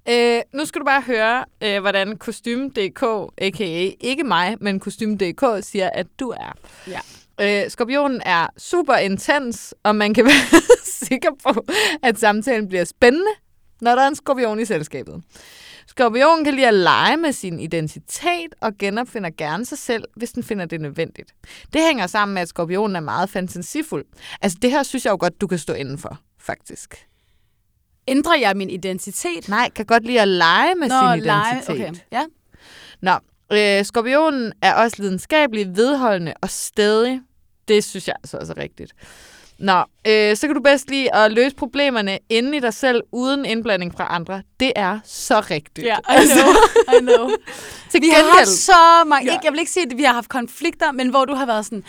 C: Øh, nu skal du bare høre, øh, hvordan Kostume.dk, a.k.a. ikke mig, men Kostume.dk, siger, at du er.
D: Ja.
C: Øh, skorpionen er super intens, og man kan *laughs* være sikker på, at samtalen bliver spændende, når der er en skorpion i selskabet. Skorpionen kan lide at lege med sin identitet og genopfinder gerne sig selv, hvis den finder det nødvendigt. Det hænger sammen med, at skorpionen er meget fantasifuld. Altså det her synes jeg jo godt, du kan stå indenfor, faktisk.
D: Ændrer jeg min identitet?
C: Nej, kan godt lide at lege med sin
D: lege-
C: identitet.
D: Okay, ja.
C: Nå, øh, skorpionen er også lidenskabelig, vedholdende og stedig. Det synes jeg altså også er rigtigt. Nå, øh, så kan du bedst lide at løse problemerne inden i dig selv, uden indblanding fra andre. Det er så rigtigt.
D: Ja, I know, I *laughs* know.
C: Til
D: Vi har haft
C: gengæld,
D: så mange,
C: Ja.
D: ikke, jeg vil ikke sige, at vi har haft konflikter, men hvor du har været sådan,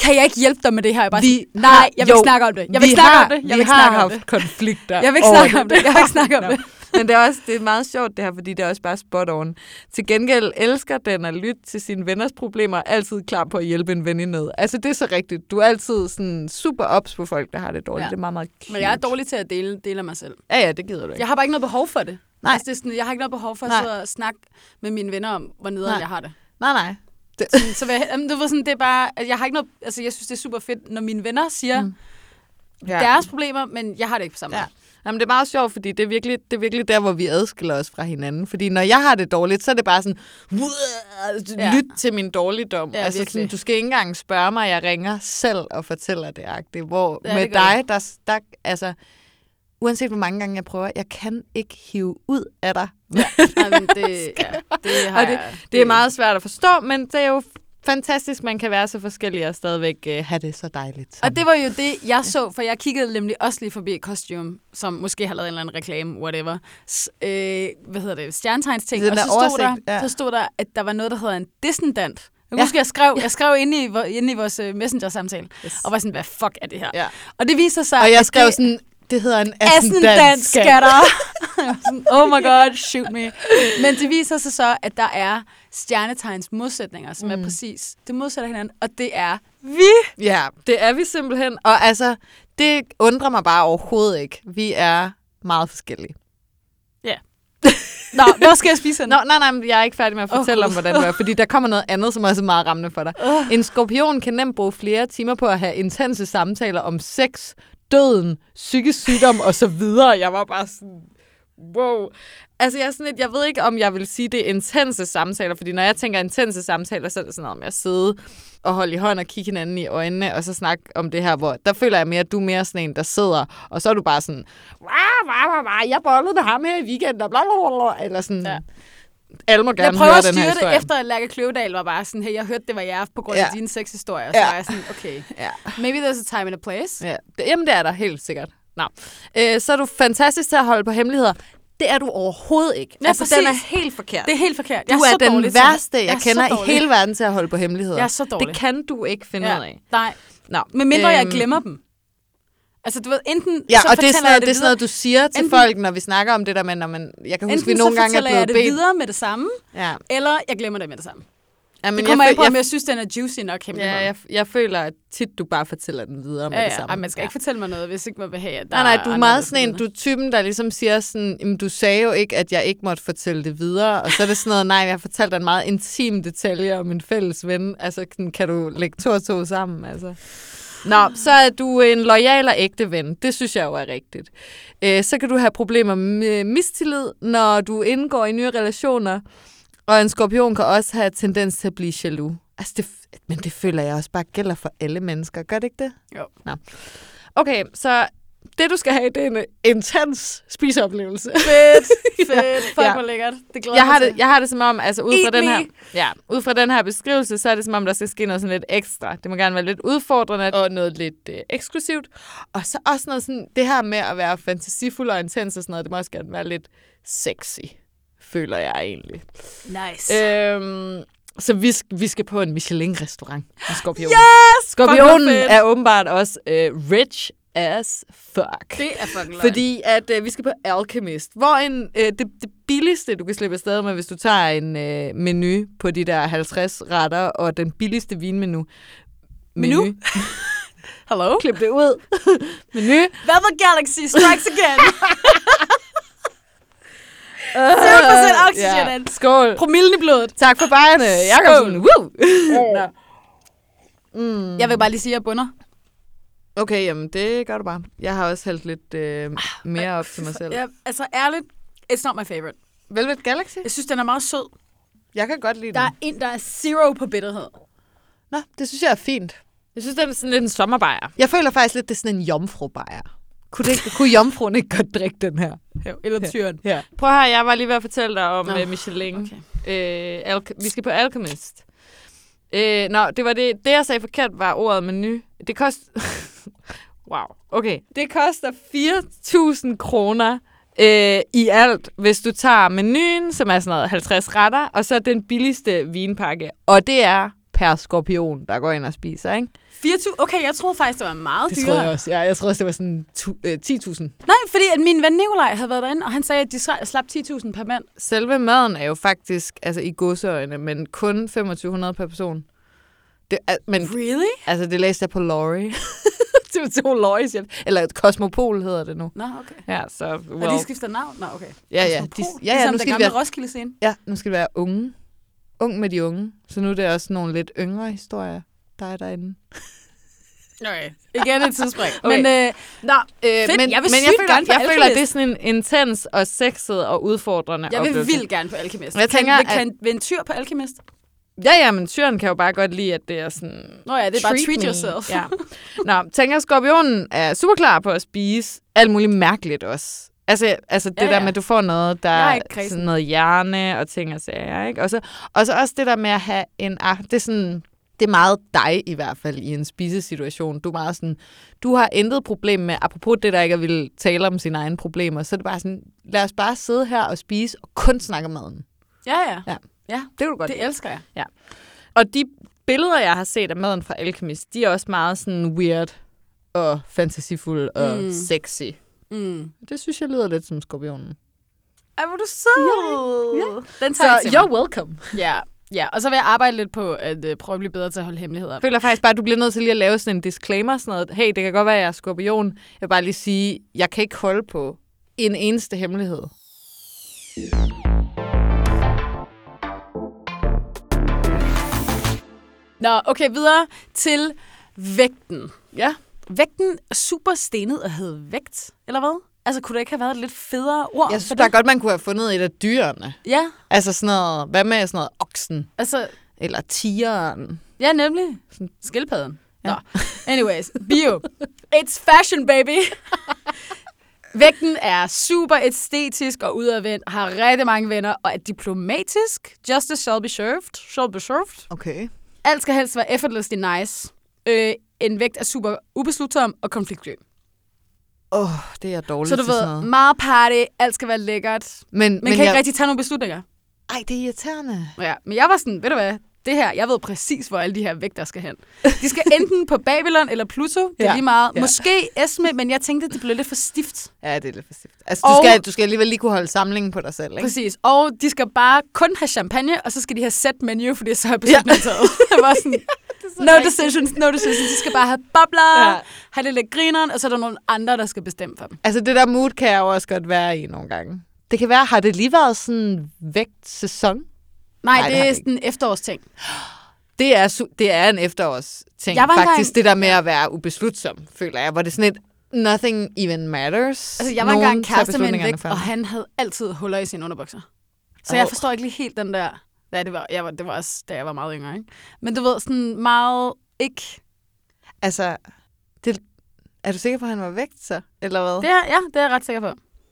D: kan jeg ikke hjælpe dig med det her? Jeg er bare
C: Vi
D: sådan, nej, jeg vil
C: har-
D: ikke snakke om det. Jeg vil
C: vi
D: ikke snakke
C: har,
D: om det. Jeg
C: vi
D: vil ikke
C: har
D: snakke om
C: haft
D: det.
C: konflikter
D: Jeg vil ikke
C: over
D: snakke om
C: *laughs*
D: det. Jeg vil *laughs* ikke snakke om det.
C: Men det er også det er meget sjovt det her, fordi det er også bare spot on. Til gengæld elsker den at lytte til sine venners problemer, og er altid klar på at hjælpe en ven i nød. Altså det er så rigtigt. Du er altid sådan super ops på folk, der har det dårligt.
D: Ja.
C: Ja. Det er meget, meget cute.
D: Men jeg er dårlig til at dele, dele af mig selv.
C: Ja, ja, det gider du ikke.
D: Jeg har bare ikke noget behov for det.
C: Nej.
D: Altså, det er sådan, jeg har ikke noget behov for at
C: Nej.
D: sidde og snakke med mine venner om, hvor nederen
C: Nej.
D: jeg har det.
C: Nej, nej. Det,
D: Sådan, Så vil jeg, jamen, du ved sådan, det er bare, at jeg har ikke noget, altså jeg synes, det er super fedt, når mine venner siger mm. deres problemer, men jeg har det ikke på samme
C: Ja.
D: måde.
C: Jamen, det er meget sjovt, fordi det er, virkelig, det er virkelig der, hvor vi adskiller os fra hinanden. Fordi når jeg har det dårligt, så er det bare sådan,
D: Ja.
C: ja. lyt til min dårligdom.
D: Ja,
C: Ja, altså,
D: virkelig.
C: sådan, du skal ikke engang spørge mig, jeg ringer selv og fortæller det. -agtigt. Hvor
D: Ja,
C: ja,
D: det
C: med
D: gør
C: dig, der, der, altså, uanset hvor mange gange jeg prøver, jeg kan ikke hive ud af dig.
D: Jamen, *laughs* det, ja, det, har
C: Og
D: jeg-
C: Det er meget svært at forstå, men det er jo fantastisk, man kan være så forskellige og stadigvæk øh, have det så dejligt.
D: Og det var jo det, jeg så, for jeg kiggede nemlig også lige forbi Costume, som måske har lavet en eller anden reklame, whatever. S- øh, hvad hedder det? Stjernetegns ting.
C: Den
D: Og så
C: der
D: stod,
C: oversigt,
D: der,
C: ja.
D: så stod der, at der var noget, der hedder en dissonant. Jeg
C: Ja.
D: husker, jeg skrev, jeg skrev inde, i, vo- inde i vores øh, messenger-samtale,
C: Yes.
D: og var sådan, hvad fuck er det her?
C: Ja.
D: Og det viser sig,
C: Og jeg
D: at
C: skrev
D: det,
C: sådan, det hedder en
D: Assendans
C: assendansk.
D: skatter. *laughs* Jeg var sådan, oh my god, shoot me. Men det viser sig så, at der er stjernetegns modsætninger, som mm. er præcis det modsatte af hinanden, og det er
C: Vi? Ja, det er vi simpelthen. Og altså, det undrer mig bare overhovedet ikke. Vi er meget forskellige.
D: Nå, hvor skal jeg spise den?
C: Nå, nej, nej, men jeg er ikke færdig med at
D: Åh,
C: fortælle oh, om,
D: Gud.
C: hvordan det var, fordi der kommer noget andet, som også er meget rammende for dig. Oh. En skorpion kan nemt bruge flere timer på at have intense samtaler om sex, døden, psykisk sygdom og så videre. Jeg var bare sådan, wow. Altså, jeg, er sådan lidt, jeg ved ikke, om jeg vil sige, det er intense samtaler, fordi når jeg tænker intense samtaler, så er det sådan noget med at sidde og holde i hånd og kigge hinanden i øjnene, og så snakke om det her, hvor der føler jeg mere, at du er mere sådan en, der sidder, og så er du bare sådan, "Wah, wah, wah, wah, jeg bollede med ham her i weekenden, og bla, bla, bla, bla, eller sådan. Ja.
D: Ja.
C: Alle må gerne
D: Jeg prøver
C: høre
D: at
C: den her
D: styre
C: historie.
D: det, efter at Lærke Kløvedal var bare sådan, hey, jeg hørte, det var jer på grund
C: Ja.
D: af dine sexhistorier. Og så
C: Ja.
D: var jeg sådan, okay,
C: Ja.
D: maybe there's a time and a place.
C: Ja, det, jamen det er der helt sikkert. Nå. Øh, så er du fantastisk til at holde på hemmeligheder. Det er du overhovedet ikke.
D: Ja,
C: altså, den
D: præcis.
C: er helt forkert.
D: Det er helt forkert.
C: du
D: jeg er,
C: er,
D: så
C: den
D: dårlig til-
C: værste, jeg,
D: er så
C: kender i
D: dårlig.
C: hele verden til at holde på hemmeligheder.
D: Jeg er så dårlig.
C: det kan du ikke finde ud af.
D: Nej,
C: Nå.
D: men mindre øhm. jeg
C: Øhm.
D: glemmer dem. Altså, du ved, enten
C: Ja,
D: så
C: og det er, sådan
D: fortæller jeg
C: noget, det,
D: det
C: er sådan
D: videre-
C: noget, du siger til
D: Enten-
C: folk, når vi snakker om det der, men når man, jeg kan huske,
D: Enten
C: vi
D: så
C: nogle gange er
D: fortæller jeg
C: blevet
D: det
C: bedt.
D: videre med det samme,
C: Ja.
D: eller jeg glemmer det med det samme.
C: Ja, men
D: Det kommer
C: jeg,
D: an på,
C: føl-
D: om jeg synes, den er juicy nok
C: jeg, ja, jeg, jeg føler at tit, du bare fortæller den videre med
D: ja,
C: det
D: ja.
C: samme.
D: Ej, man skal ikke fortælle mig noget, hvis ikke man vil have, at der
C: Nej, nej, du er
D: andre, der
C: meget sådan en,
D: ved
C: du er typen, der ligesom siger sådan, jamen, du sagde jo ikke, at jeg ikke måtte fortælle det videre, og så er det sådan noget, nej, jeg har fortalt dig en meget intim detalje om en fælles ven, altså sådan, kan du lægge to og to sammen, altså. Nå, så er du en lojal og ægte ven. Det synes jeg jo er rigtigt. Øh, så kan du have problemer med mistillid, når du indgår i nye relationer. Og en skorpion kan også have tendens til at blive jaloux. Altså det, f- men det føler jeg også bare gælder for alle mennesker. Gør det ikke det?
D: Jo.
C: Nå. Okay, så det du skal have, det er en intens spiseoplevelse.
D: Fedt, fedt. Fuck,
C: *laughs* Ja.
D: hvor lækkert. Det glæder
C: Jeg har,
D: mig
C: det,
D: til.
C: jeg har det som om, altså ud
D: Eat
C: fra, den
D: me.
C: her, ja, ud fra den her beskrivelse, så er det som om, der skal ske noget sådan lidt ekstra. Det må gerne være lidt udfordrende og noget lidt øh, eksklusivt. Og så også noget sådan, det her med at være fantasifuld og intens og sådan noget, det må også gerne være lidt sexy, føler jeg egentlig.
D: Nice.
C: Øhm, så vi, sk- vi skal på en Michelin-restaurant med skorpionen.
D: Yes! Fuck,
C: Skorpionen
D: hvor fedt.
C: er åbenbart også øh, rich as fuck.
D: Det er fucking løgn.
C: Fordi at øh, vi skal på Alchemist, hvor en, øh, det, det billigste, du kan slippe afsted med, hvis du tager en øh, menu på de der 50 retter, og den billigste vinmenu.
D: Menu? Hello?
C: Klip det ud. *laughs* menu.
D: Velvet Galaxy strikes *laughs* again. 0% oxygen.
C: Ja. Skål.
D: Promillen i blodet.
C: Tak for bajerne, Jakobsen. Woo! Nå.
D: Mm. Jeg vil bare lige sige, at jeg bunder.
C: Okay, jamen det gør du bare. Jeg har også hældt lidt øh, mere op til mig selv.
D: Ja, altså ærligt, it's not my favorite.
C: Velvet Galaxy?
D: Jeg synes, den er meget sød.
C: Jeg kan godt lide
D: Der
C: den.
D: er en, der er zero på bitterhed.
C: Nå, det synes jeg er fint. Jeg synes, den er sådan lidt en sommerbajer. Jeg føler faktisk lidt, det er sådan en jomfrubajer. Kunne, det ikke, kunne jomfruen ikke godt drikke den her?
D: Eller tyren.
C: Ja. Prøv her, jeg var lige ved at fortælle dig om
D: Nå,
C: oh, Michelin.
D: okay.
C: Øh, Alke- vi skal på Alchemist. Øh, nå, det var det. Det, jeg sagde forkert, var ordet menu. Det koster... *laughs* wow, okay. Det koster 4.000 kroner øh, i alt, hvis du tager menuen, som er sådan noget 50 retter, og så den billigste vinpakke. Og det er per skorpion, der går ind og spiser, ikke?
D: 4.000? Okay, jeg troede faktisk, det var meget dyrere.
C: også. Ja, jeg tror også, det var sådan tu- øh, 10.000.
D: Nej, fordi at min ven Nikolaj havde været derinde, og han sagde, at de sla- slap 10.000 per mand.
C: Selve maden er jo faktisk, altså i godseøjne, men kun 2500 per person. Det, er, men
D: Really?
C: altså, det læste jeg på Lorry. *laughs* TV2 Lorry, siger- eller Cosmopol hedder det nu.
D: Nå, okay.
C: Ja, så well.
D: Well. Og de skifter navn? Nå, okay.
C: ja, ja, de,
D: Cosmopol.
C: ja, ja,
D: ligesom
C: nu
D: den
C: skal de
D: gamle
C: være,
D: Roskilde-scene.
C: ja, nu skal det være unge. Ung med de unge. Så nu er det også nogle lidt yngre historier, der er derinde.
D: Okay. Igen et tidsspring.
C: Okay.
D: okay. Men øh,
C: Nå, øh,
D: Fedt,
C: men,
D: jeg vil
C: men jeg
D: sygt
C: føler,
D: gerne på
C: jeg føler,
D: Alchemist.
C: det er sådan en intens og sexet og udfordrende
D: jeg vil
C: oplevelse.
D: vildt gerne på Alchemist.
C: Jeg tænker,
D: kan,
C: at-
D: kan, at... en tyr på Alchemist?
C: Ja, ja, men tyren kan jo bare godt lide, at det er sådan...
D: Nå ja, det er bare treat,
C: me.
D: yourself.
C: Ja. Nå, tænker jeg, skorpionen er super klar på at spise alt muligt mærkeligt også. Altså, altså det
D: Ja,
C: ja, ja. der
D: ja.
C: med, at du får noget, der
D: Jeg er
C: er
D: ikke kræsen.
C: sådan noget hjerne og ting og sager, ikke? Og så, og så også det der med at have en... Ah, det er sådan... Det er meget dig i hvert fald i en spisesituation. Du er meget sådan, du har intet problem med, apropos det der ikke at ville tale om sine egne problemer, så er det bare sådan, lad os bare sidde her og spise og kun snakke om maden.
D: *laughs* Ja, ja.
C: Ja.
D: ja.
C: Det kan du godt
D: Det elsker jeg.
C: og de billeder, jeg har set af maden fra Alchemist, de er også meget sådan weird og fantasifulde og
D: Mm.
C: mm. sexy.
D: Mm.
C: Det synes jeg lyder lidt som skorpionen.
D: Ej, hvor er du sød. Ja. Den tager jeg
C: Så
D: til mig.
C: you're welcome.
D: Ja. ja, og så vil jeg arbejde lidt på at øh, prøve at blive bedre til at holde hemmeligheder.
C: Jeg føler faktisk bare, at du bliver nødt til lige at lave sådan en disclaimer. Sådan noget. Hey, det kan godt være, at jeg er skorpion. Jeg vil bare lige sige, jeg kan ikke holde på en eneste hemmelighed.
D: Nå, okay, videre til vægten.
C: Ja.
D: Vægten er super stenet og hed vægt, eller hvad? Altså, kunne det ikke have været et lidt federe ord?
C: Jeg
D: for
C: synes da
D: det?
C: godt, man kunne have fundet et af dyrene.
D: Ja,
C: Altså sådan noget, hvad med sådan noget oksen?
D: altså,
C: Eller tigeren?
D: ja nemlig. Skildpadden. Ja.
C: Ja.
D: Nå. Anyways, bio. It's fashion, *laughs* baby. Vægten er super æstetisk og udadvendt, har rigtig mange venner og er diplomatisk. Justice shall be served. Shall be served.
C: Okay.
D: Alt skal helst være effortlessly nice. Øh, en vægt er super ubeslutsom og konfliktsky.
C: Åh, oh, det er jeg dårlig
D: Så du
C: til sådan
D: ved,
C: noget.
D: meget party, alt skal være lækkert.
C: Men,
D: Man men kan jeg... ikke rigtig tage nogle beslutninger.
C: Ej, det er irriterende.
D: Ja, men jeg var sådan, ved du hvad, det her, jeg ved præcis, hvor alle de her vægter skal hen. De *laughs* skal enten på Babylon eller Pluto, det er ja.
C: Ja,
D: lige meget. Ja.
C: ja.
D: Måske Esme, men jeg tænkte, det blev lidt for stift.
C: Ja, det er lidt for stift. Altså, du,
D: Og-
C: og... skal, du skal alligevel lige kunne holde samlingen på dig selv, ikke?
D: Præcis. Og de skal bare kun have champagne, og så skal de have set menu, fordi så er beslutningen ja. taget. *laughs* Jeg var sådan, no decisions, no decisions. De skal bare have bobler, ja.
C: Ja.
D: have det lidt grineren, og så er der nogle andre, der skal bestemme for dem.
C: Altså, det der mood kan jeg jo også godt være i nogle gange. Det kan være, har det lige været sådan vægtsæson?
D: Nej,
C: Nej,
D: Nej
C: det
D: det,
C: har
D: det er
C: det
D: sådan en efterårsting.
C: Det er, su- det er en efterårsting,
D: Jeg var
C: faktisk.
D: engang-
C: Det der med at være ubeslutsom, føler jeg. Hvor det er sådan et, nothing even matters.
D: Altså, jeg var engang
C: tager
D: kæreste med en
C: beslutningerne
D: vægt,
C: for
D: og
C: mig.
D: han havde altid huller i sine underbukser. Så oh. jeg
C: Åh.
D: forstår ikke lige helt den der... Ja, det var, jeg var, det var også, da jeg var meget yngre, ikke? Men du ved, sådan meget ikke...
C: Altså, det, er du sikker på, at han var vægt så? Eller hvad?
D: Det er, ja, det er jeg ret sikker på.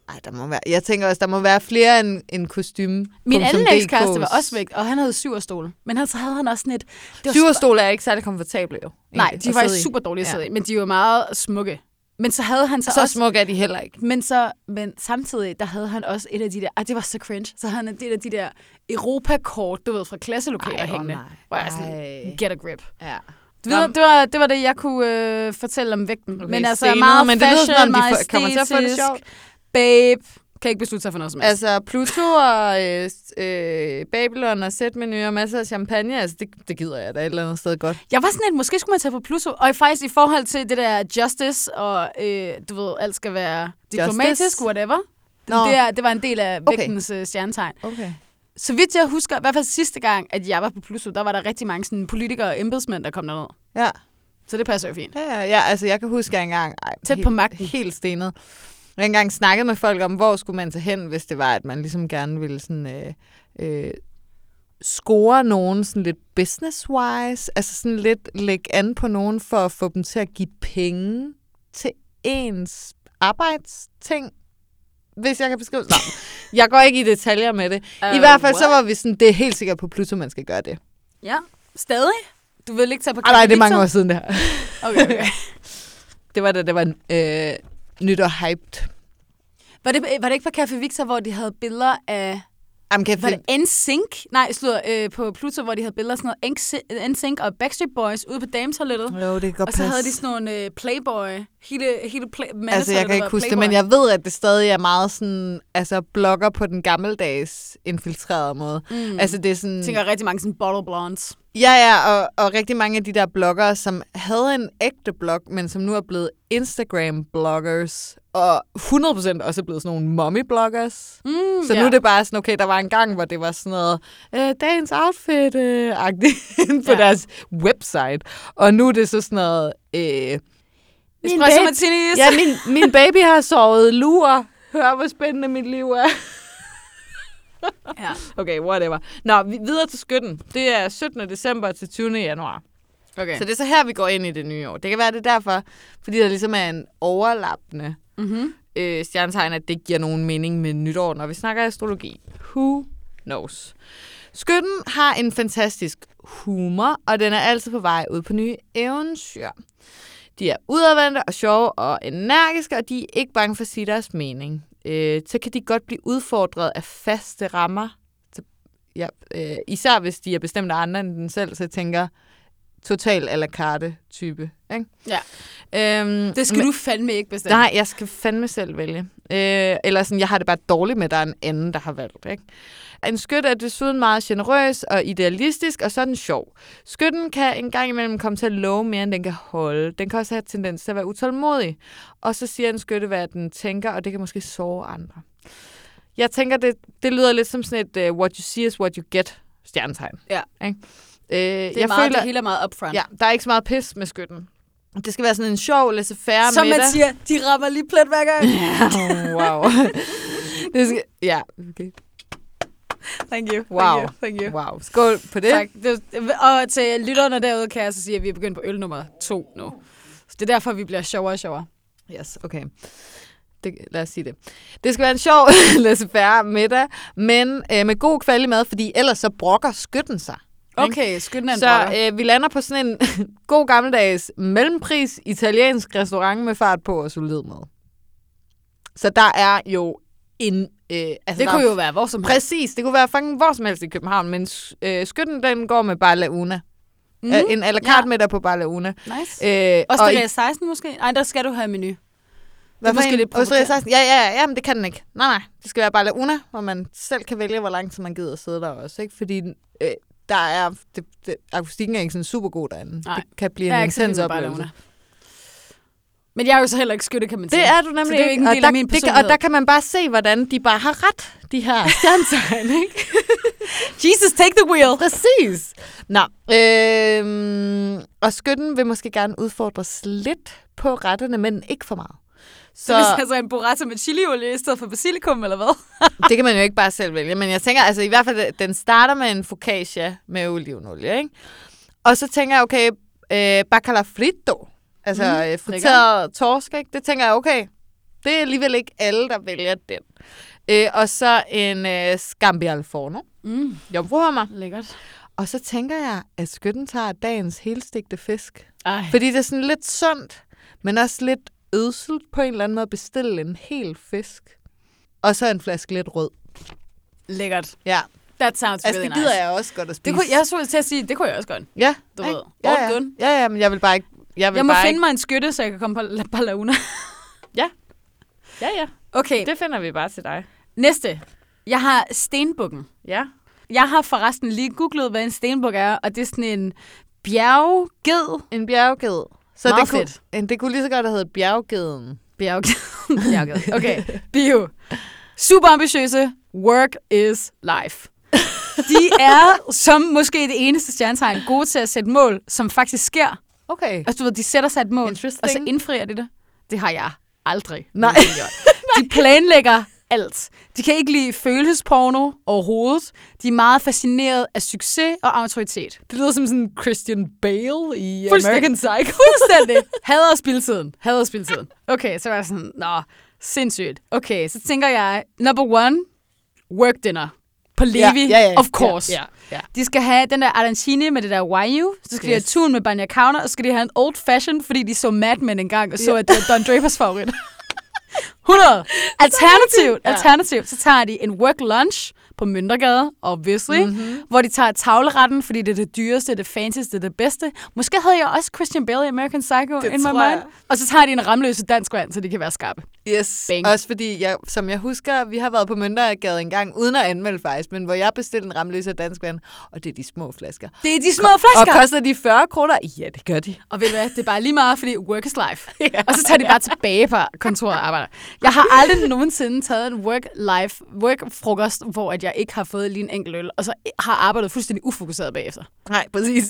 C: Ej, der må være, jeg tænker også, der må være flere end en kostume.
D: Min anden ekskæreste var også væk, og han havde syverstole. Men han, så havde han også sådan et... Det var super-
C: Syverstole er ikke særlig komfortable, jo.
D: Nej,
C: egentlig,
D: de
C: at
D: var
C: sidde i.
D: super dårlige at
C: Ja.
D: sidde i, men de var meget smukke. Men så havde han så,
C: Så
D: også...
C: smukke er de heller ikke.
D: Men, så, men samtidig, der havde han også et af de der... Ah, det var så cringe. Så havde han et af de der Europakort, du ved, fra klasselokaler
C: Ej, åh
D: hængende.
C: nej.
D: Hvor jeg er sådan,
C: Ej.
D: get a grip.
C: Ja.
D: Det var, det, var, det var det, jeg kunne øh, fortælle om vægten. Okay, men altså,
C: stenet,
D: meget
C: men det lyder
D: fashion,
C: som om, de
D: meget
C: får- kommer til at få det
D: æstetisk.
C: sjovt.
D: Babe, kan ikke beslutte sig for noget som helst. Altså,
C: Altså, Pluto og øh, øh, Babylon og sætmenu og masser af champagne, altså, det, det gider jeg da et eller andet sted godt.
D: jeg var sådan lidt, måske skulle man tage på Pluto. Og faktisk i forhold til det der justice, og øh, du ved, alt skal være diplomatisk,
C: Justice?
D: whatever.
C: Nå.
D: Det, er, det var en del af
C: Okay.
D: vægtens øh, stjernetegn.
C: Okay.
D: Så vidt jeg husker, i hvert fald sidste gang, at jeg var på Pluto, der var der rigtig mange sådan, politikere og embedsmænd, der kom derned.
C: Ja,
D: Så det passer jo fint.
C: ja, ja, ja altså, jeg kan huske, at jeg engang... Ej,
D: Tæt
C: helt,
D: på magten.
C: Helt stenet. Jeg engang snakkede med folk om, hvor skulle man tage hen, hvis det var, at man ligesom gerne ville sådan... Øh, øh, score nogen sådan lidt business-wise, altså sådan lidt lægge an på nogen for at få dem til at give penge til ens arbejdsting, hvis jeg kan beskrive det. Nå, *laughs* jeg går ikke i detaljer med det. Uh, I
D: Øh,
C: hvert fald så
D: what?
C: var vi sådan, det er helt sikkert på Pluto, man skal gøre det.
D: Ja, stadig. Du vil ikke tage på
C: Ah, nej, det er mange
D: Victor?
C: år siden det her.
D: Okay, okay.
C: Det var da, det var øh, nyt og hyped.
D: Var det, var det ikke på Café Victor, hvor de havde billeder af...
C: Jamen, kan jeg
D: Var
C: finde-
D: det NSYNC? Nej, slår øh, på Pluto, hvor de havde billeder af sådan noget NSYNC og Backstreet Boys ude på dametoilettet.
C: Jo, det kan godt
D: Og så havde de
C: passe.
D: sådan nogle øh, Playboy. Hele, hele play,
C: Altså, jeg kan ikke huske det, men jeg ved, at det stadig er meget sådan, altså, blogger på den gammeldags infiltrerede måde. Mm. Altså, det er sådan...
D: Jeg tænker rigtig mange sådan bottle blondes.
C: Ja, ja, og, og rigtig mange af de der bloggere, som havde en ægte blog, men som nu er blevet Instagram-bloggers, og 100% også er blevet sådan nogle mommy-bloggers. Mm, så
D: ja.
C: nu er det bare sådan, okay, der var en gang, hvor det var sådan noget øh, dagens *laughs* outfit-agtigt øh, på
D: Ja.
C: ja. deres website, og nu er det så sådan noget... Øh,
D: Espresso
C: babe-
D: martinis.
C: Ja, min, min baby har sovet lur. Hør, hvor spændende mit liv er.
D: Ja.
C: Okay, whatever. Nå, vi- videre til skytten. Det er 17. december til 20. januar.
D: Okay.
C: Så det er så her, vi går ind i det nye år. Det kan være, det er derfor, fordi der ligesom er en overlappende
D: mm-hmm.
C: øh, stjernetegn, at det ikke giver nogen mening med nytår, når vi snakker astrologi. Who knows? Skytten har en fantastisk humor, og den er altid på vej ud på nye eventyr. De er udadvendte og sjove og energiske, og de er ikke bange for at sige deres mening. Øh, så kan de godt blive udfordret af faste rammer. Så, ja, øh, især hvis de er bestemt af andre end den selv, så jeg tænker total à la carte type. Ikke?
D: Ja.
C: Øhm,
D: Det skal
C: men-
D: du fandme ikke bestemme.
C: Nej, jeg skal fandme selv vælge. Øh, eller sådan, jeg har det bare dårligt med, at der er en anden, der har valgt. Ikke? En skyt er desuden meget generøs og idealistisk, og så er den sjov. Skytten kan en gang imellem komme til at love mere, end den kan holde. Den kan også have tendens til at være utålmodig. Og så siger en skytte, hvad den tænker, og det kan måske såre andre. Jeg tænker, det, det lyder lidt som sådan et uh, what you see is what you get stjernetegn.
D: Ja.
C: Ikke? Øh, det
D: Det, er jeg meget, føler... det hele er meget upfront.
C: Ja, der er ikke så meget pis med skytten. Det skal være sådan en sjov, laissez-faire
D: Som man
C: middag.
D: siger, de rammer lige plet hver gang.
C: *laughs* Oh,
D: *laughs*
C: wow. det skal, ja, okay.
D: Thank you. Thank
C: Wow.
D: you. Thank you.
C: Wow. Skål på det.
D: Tak. Det, og til lytterne derude kan jeg så sige, at vi er begyndt på øl nummer to nu. Så det er derfor, vi bliver sjovere og sjovere.
C: Yes, okay. Det, lad os sige det. Det skal være en sjov *laughs* laissez-faire middag, men øh, med god kvalitet mad, fordi ellers så brokker skytten sig.
D: Okay, skynd dig en
C: Så øh, vi lander på sådan en *laughs* god gammeldags mellempris italiensk restaurant med fart på og solid mad. Så der er jo en... Øh, altså
D: Det
C: der
D: kunne
C: er
D: jo være hvor som helst.
C: Præcis, det kunne være fucking hvor som helst i København, men øh, skytten den går med Barlauna.
D: Mhm.
C: Mm. En à la carte ja. middag på Barlauna.
D: Nice.
C: Øh,
D: Osteria
C: i-
D: 16 måske? Nej, der skal du have menu.
C: hvad for
D: måske
C: en?
D: lidt
C: Osteria
D: provokerende.
C: 16? Ja, ja, ja, men det kan den ikke. Nej, nej. Det skal være Barlauna, hvor man selv kan vælge, hvor lang tid man gider at sidde der også. Ikke? Fordi øh, der er, det, det, akustikken er ikke sådan super god derinde.
D: Nej.
C: Det kan blive
D: Jeg er
C: en
D: ikke så vild
C: intens
D: med Barcelona.
C: oplevelse.
D: Men jeg er jo så heller ikke skytte, kan man sige.
C: Det
D: *laughs*
C: er du nemlig
D: Så det er jo ikke en
C: og
D: del
C: der,
D: af min
C: det kan- Og
D: personlighed.
C: der kan man bare se, hvordan de bare har ret, de
D: *laughs*
C: her stjernetegn, ikke? *laughs*
D: Jesus, take the wheel!
C: Præcis. Nå, øhm, og skytten vil måske gerne udfordres lidt på retterne, men ikke for meget.
D: Så
C: Så
D: hvis
C: *laughs*
D: altså en burrata med chiliolie i stedet for basilikum, eller hvad?
C: det kan man jo ikke bare selv vælge, men jeg tænker, altså i hvert fald, den starter med en focaccia med olivenolie, ikke? Og så tænker jeg, okay, øh, bacala frito, altså
D: Mhm,
C: mm, friteret torsk, ikke? Det tænker jeg, okay, det er alligevel ikke alle, der vælger den. Øh, og så en øh, scampi al forno,
D: Mm,
C: jomfruhummer.
D: lækkert.
C: Og så tænker jeg, at skytten tager dagens helstegte fisk.
D: Ej.
C: Fordi det er sådan lidt sundt, men også lidt ødselt på en eller anden måde at bestille en hel fisk. Og så en flaske lidt rød.
D: Lækkert.
C: Ja,
D: That sounds
C: altså
D: really
C: det gider
D: nice.
C: jeg også godt at spise.
D: Det kunne, jeg så til at sige, det kunne jeg også godt.
C: Ja,
D: Du
C: ikke?
D: ved,
C: Ja,
D: all
C: ja.
D: good.
C: ja, ja, men jeg vil bare ikke... Jeg, vil
D: Jeg må
C: bare
D: finde mig en skytte, så jeg kan komme på La Balauna.
C: Ikke. Ja, ja.
D: *laughs* Okay,
C: Det finder vi bare til dig.
D: næste. Jeg har stenbukken.
C: Ja.
D: Jeg har forresten lige googlet, hvad en stenbuk er, og det er sådan en bjergged.
C: En bjergged. Så
D: Meget
C: det kunne,
D: fedt.
C: en- det kunne lige så godt have heddet bjerggeden.
D: Bjergged. *laughs* bjergged. Okay, bio. Super ambitiøse. Work is life. De er, som måske det eneste stjernetegn, gode til at sætte mål, som faktisk sker.
C: Okay.
D: Altså, du ved, de sætter sig et mål, og så
C: Interesting.
D: indfrier de det. Det har jeg aldrig.
C: Nej.
D: nogensinde gjort. De planlægger alt. De kan ikke lide følelsesporno overhovedet. De er meget fascineret af succes og autoritet.
C: *laughs* Det lyder som sådan Christian Bale i
D: American
C: Psycho.
D: *laughs* Fuldstændig. Hader spiltiden. Hader spiltiden. Okay, så var jeg sådan, nå, sindssygt. Okay, så tænker jeg, number one, work dinner. På Levi,
C: Ja, ja, ja,
D: of course.
C: Ja, ja.
D: De skal have den der arancini med det der wayu, så skal yes. de have
C: Yes.
D: tun med banja Kauner, og så skal de have en old fashion, fordi de så Mad Men engang, og så at det var Don Drapers favorit. 100. Alternativt,
C: Ja.
D: alternativt, så tager de en work lunch på Møntergade, obviously, mm-hmm. hvor de tager tavleretten, fordi det er det dyreste, det fancyste, det bedste. Måske havde jeg også Christian Bale i American Psycho
C: Det
D: in my
C: tror
D: mind.
C: jeg.
D: Og så tager de en ramløse dansk vand, så de kan være skarpe.
C: Yes,
D: Bang.
C: Bang. også fordi, jeg, som jeg husker, vi har været på Møntergade en gang, uden at anmelde faktisk, men hvor jeg bestilte en ramløs af dansk vand, og det er de små flasker.
D: Det er de små
C: Og
D: flasker.
C: koster de 40 kroner? Ja, det gør de.
D: Og ved du hvad, det er bare lige meget, fordi work is *laughs* life. yeah. Og så tager de bare tilbage på kontoret og arbejder. Jeg har aldrig nogensinde taget en work-life, work-frokost, hvor at jeg ikke har fået lige en enkelt øl, og så har arbejdet fuldstændig ufokuseret bagefter.
C: Nej, præcis.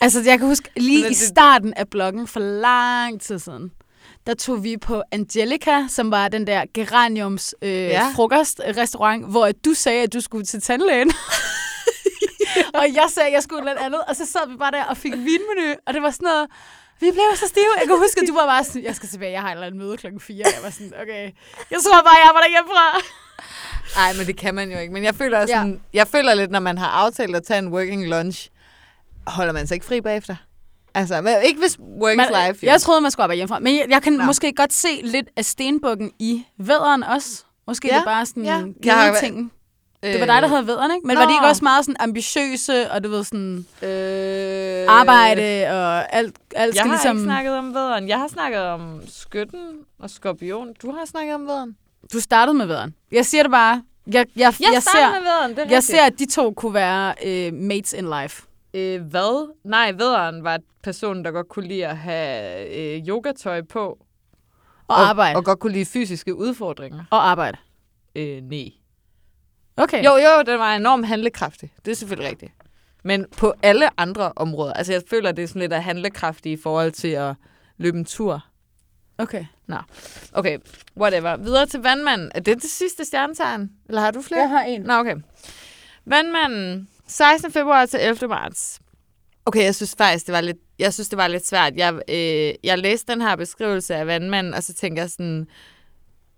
D: Altså, jeg kan huske lige
C: Men
D: i
C: det-
D: starten af bloggen for lang tid siden, der tog vi på Angelica, som var den der geraniums øh, ja.
C: Ja.
D: frokostrestaurant, hvor at du sagde, at du skulle til
C: *laughs*
D: tandlægen. og jeg sagde, at jeg skulle noget andet, og så sad vi bare der og fik vinmenu, og det var sådan noget, vi blev så stive. Jeg kan huske, at du var bare sådan, jeg skal tilbage, jeg har et eller andet møde klokken 4. Jeg var sådan, okay, jeg tror bare, jeg arbejder hjemmefra.
C: Nej, men det kan man jo ikke. Men jeg føler, også
D: Ja.
C: sådan, jeg føler lidt, når man har aftalt at tage en working lunch, holder man sig ikke fri bagefter. Altså, men ikke hvis work
D: Man,
C: is life. jo.
D: jeg troede, man skulle arbejde hjemmefra, men jeg, jeg kan Nå. måske godt se lidt af stenbukken i vædderen også. Måske ja,
C: Ja,
D: det er bare sådan
C: ja.
D: ja.
C: Jeg har- Øh,
D: ting. Det var dig, der havde vædderen, ikke? Men Nå. var de
C: Nå.
D: ikke også meget sådan ambitiøse, og du ved sådan
C: øh,
D: arbejde og alt, alt
C: Jeg
D: skal
C: har
D: ligesom...
C: ikke snakket om vædderen. Jeg har snakket om skytten og skorpion. Du har snakket om vædderen.
D: Du startede med vædderen. Jeg siger det bare. Jeg, jeg, jeg,
C: Jeg,
D: jeg,
C: starter
D: ser,
C: med vædderen, det er
D: jeg
C: rigtigt.
D: ser, at de to kunne være øh, mates in life.
C: Øh, hvad? Nej, vædderen var personen, der godt kunne lide at have øh, yogatøj på.
D: Og, arbejde.
C: Og godt kunne lide fysiske udfordringer.
D: og arbejde.
C: Øh, nej.
D: Okay.
C: Jo, jo, den var enormt handlekraftig. Det er selvfølgelig rigtigt. Men på alle andre områder. Altså, jeg føler, det er sådan lidt af handlekraftig i forhold til at løbe en tur.
D: Okay.
C: Okay, whatever. Videre til vandmanden. Er det det sidste stjernetegn? Eller har du flere?
D: har en.
C: Nå, okay. Vandmanden, 16. februar til 11. marts. Okay, jeg synes faktisk, det var lidt, jeg synes, det var lidt svært. Jeg, øh, jeg læste den her beskrivelse af vandmanden, og så tænker jeg sådan,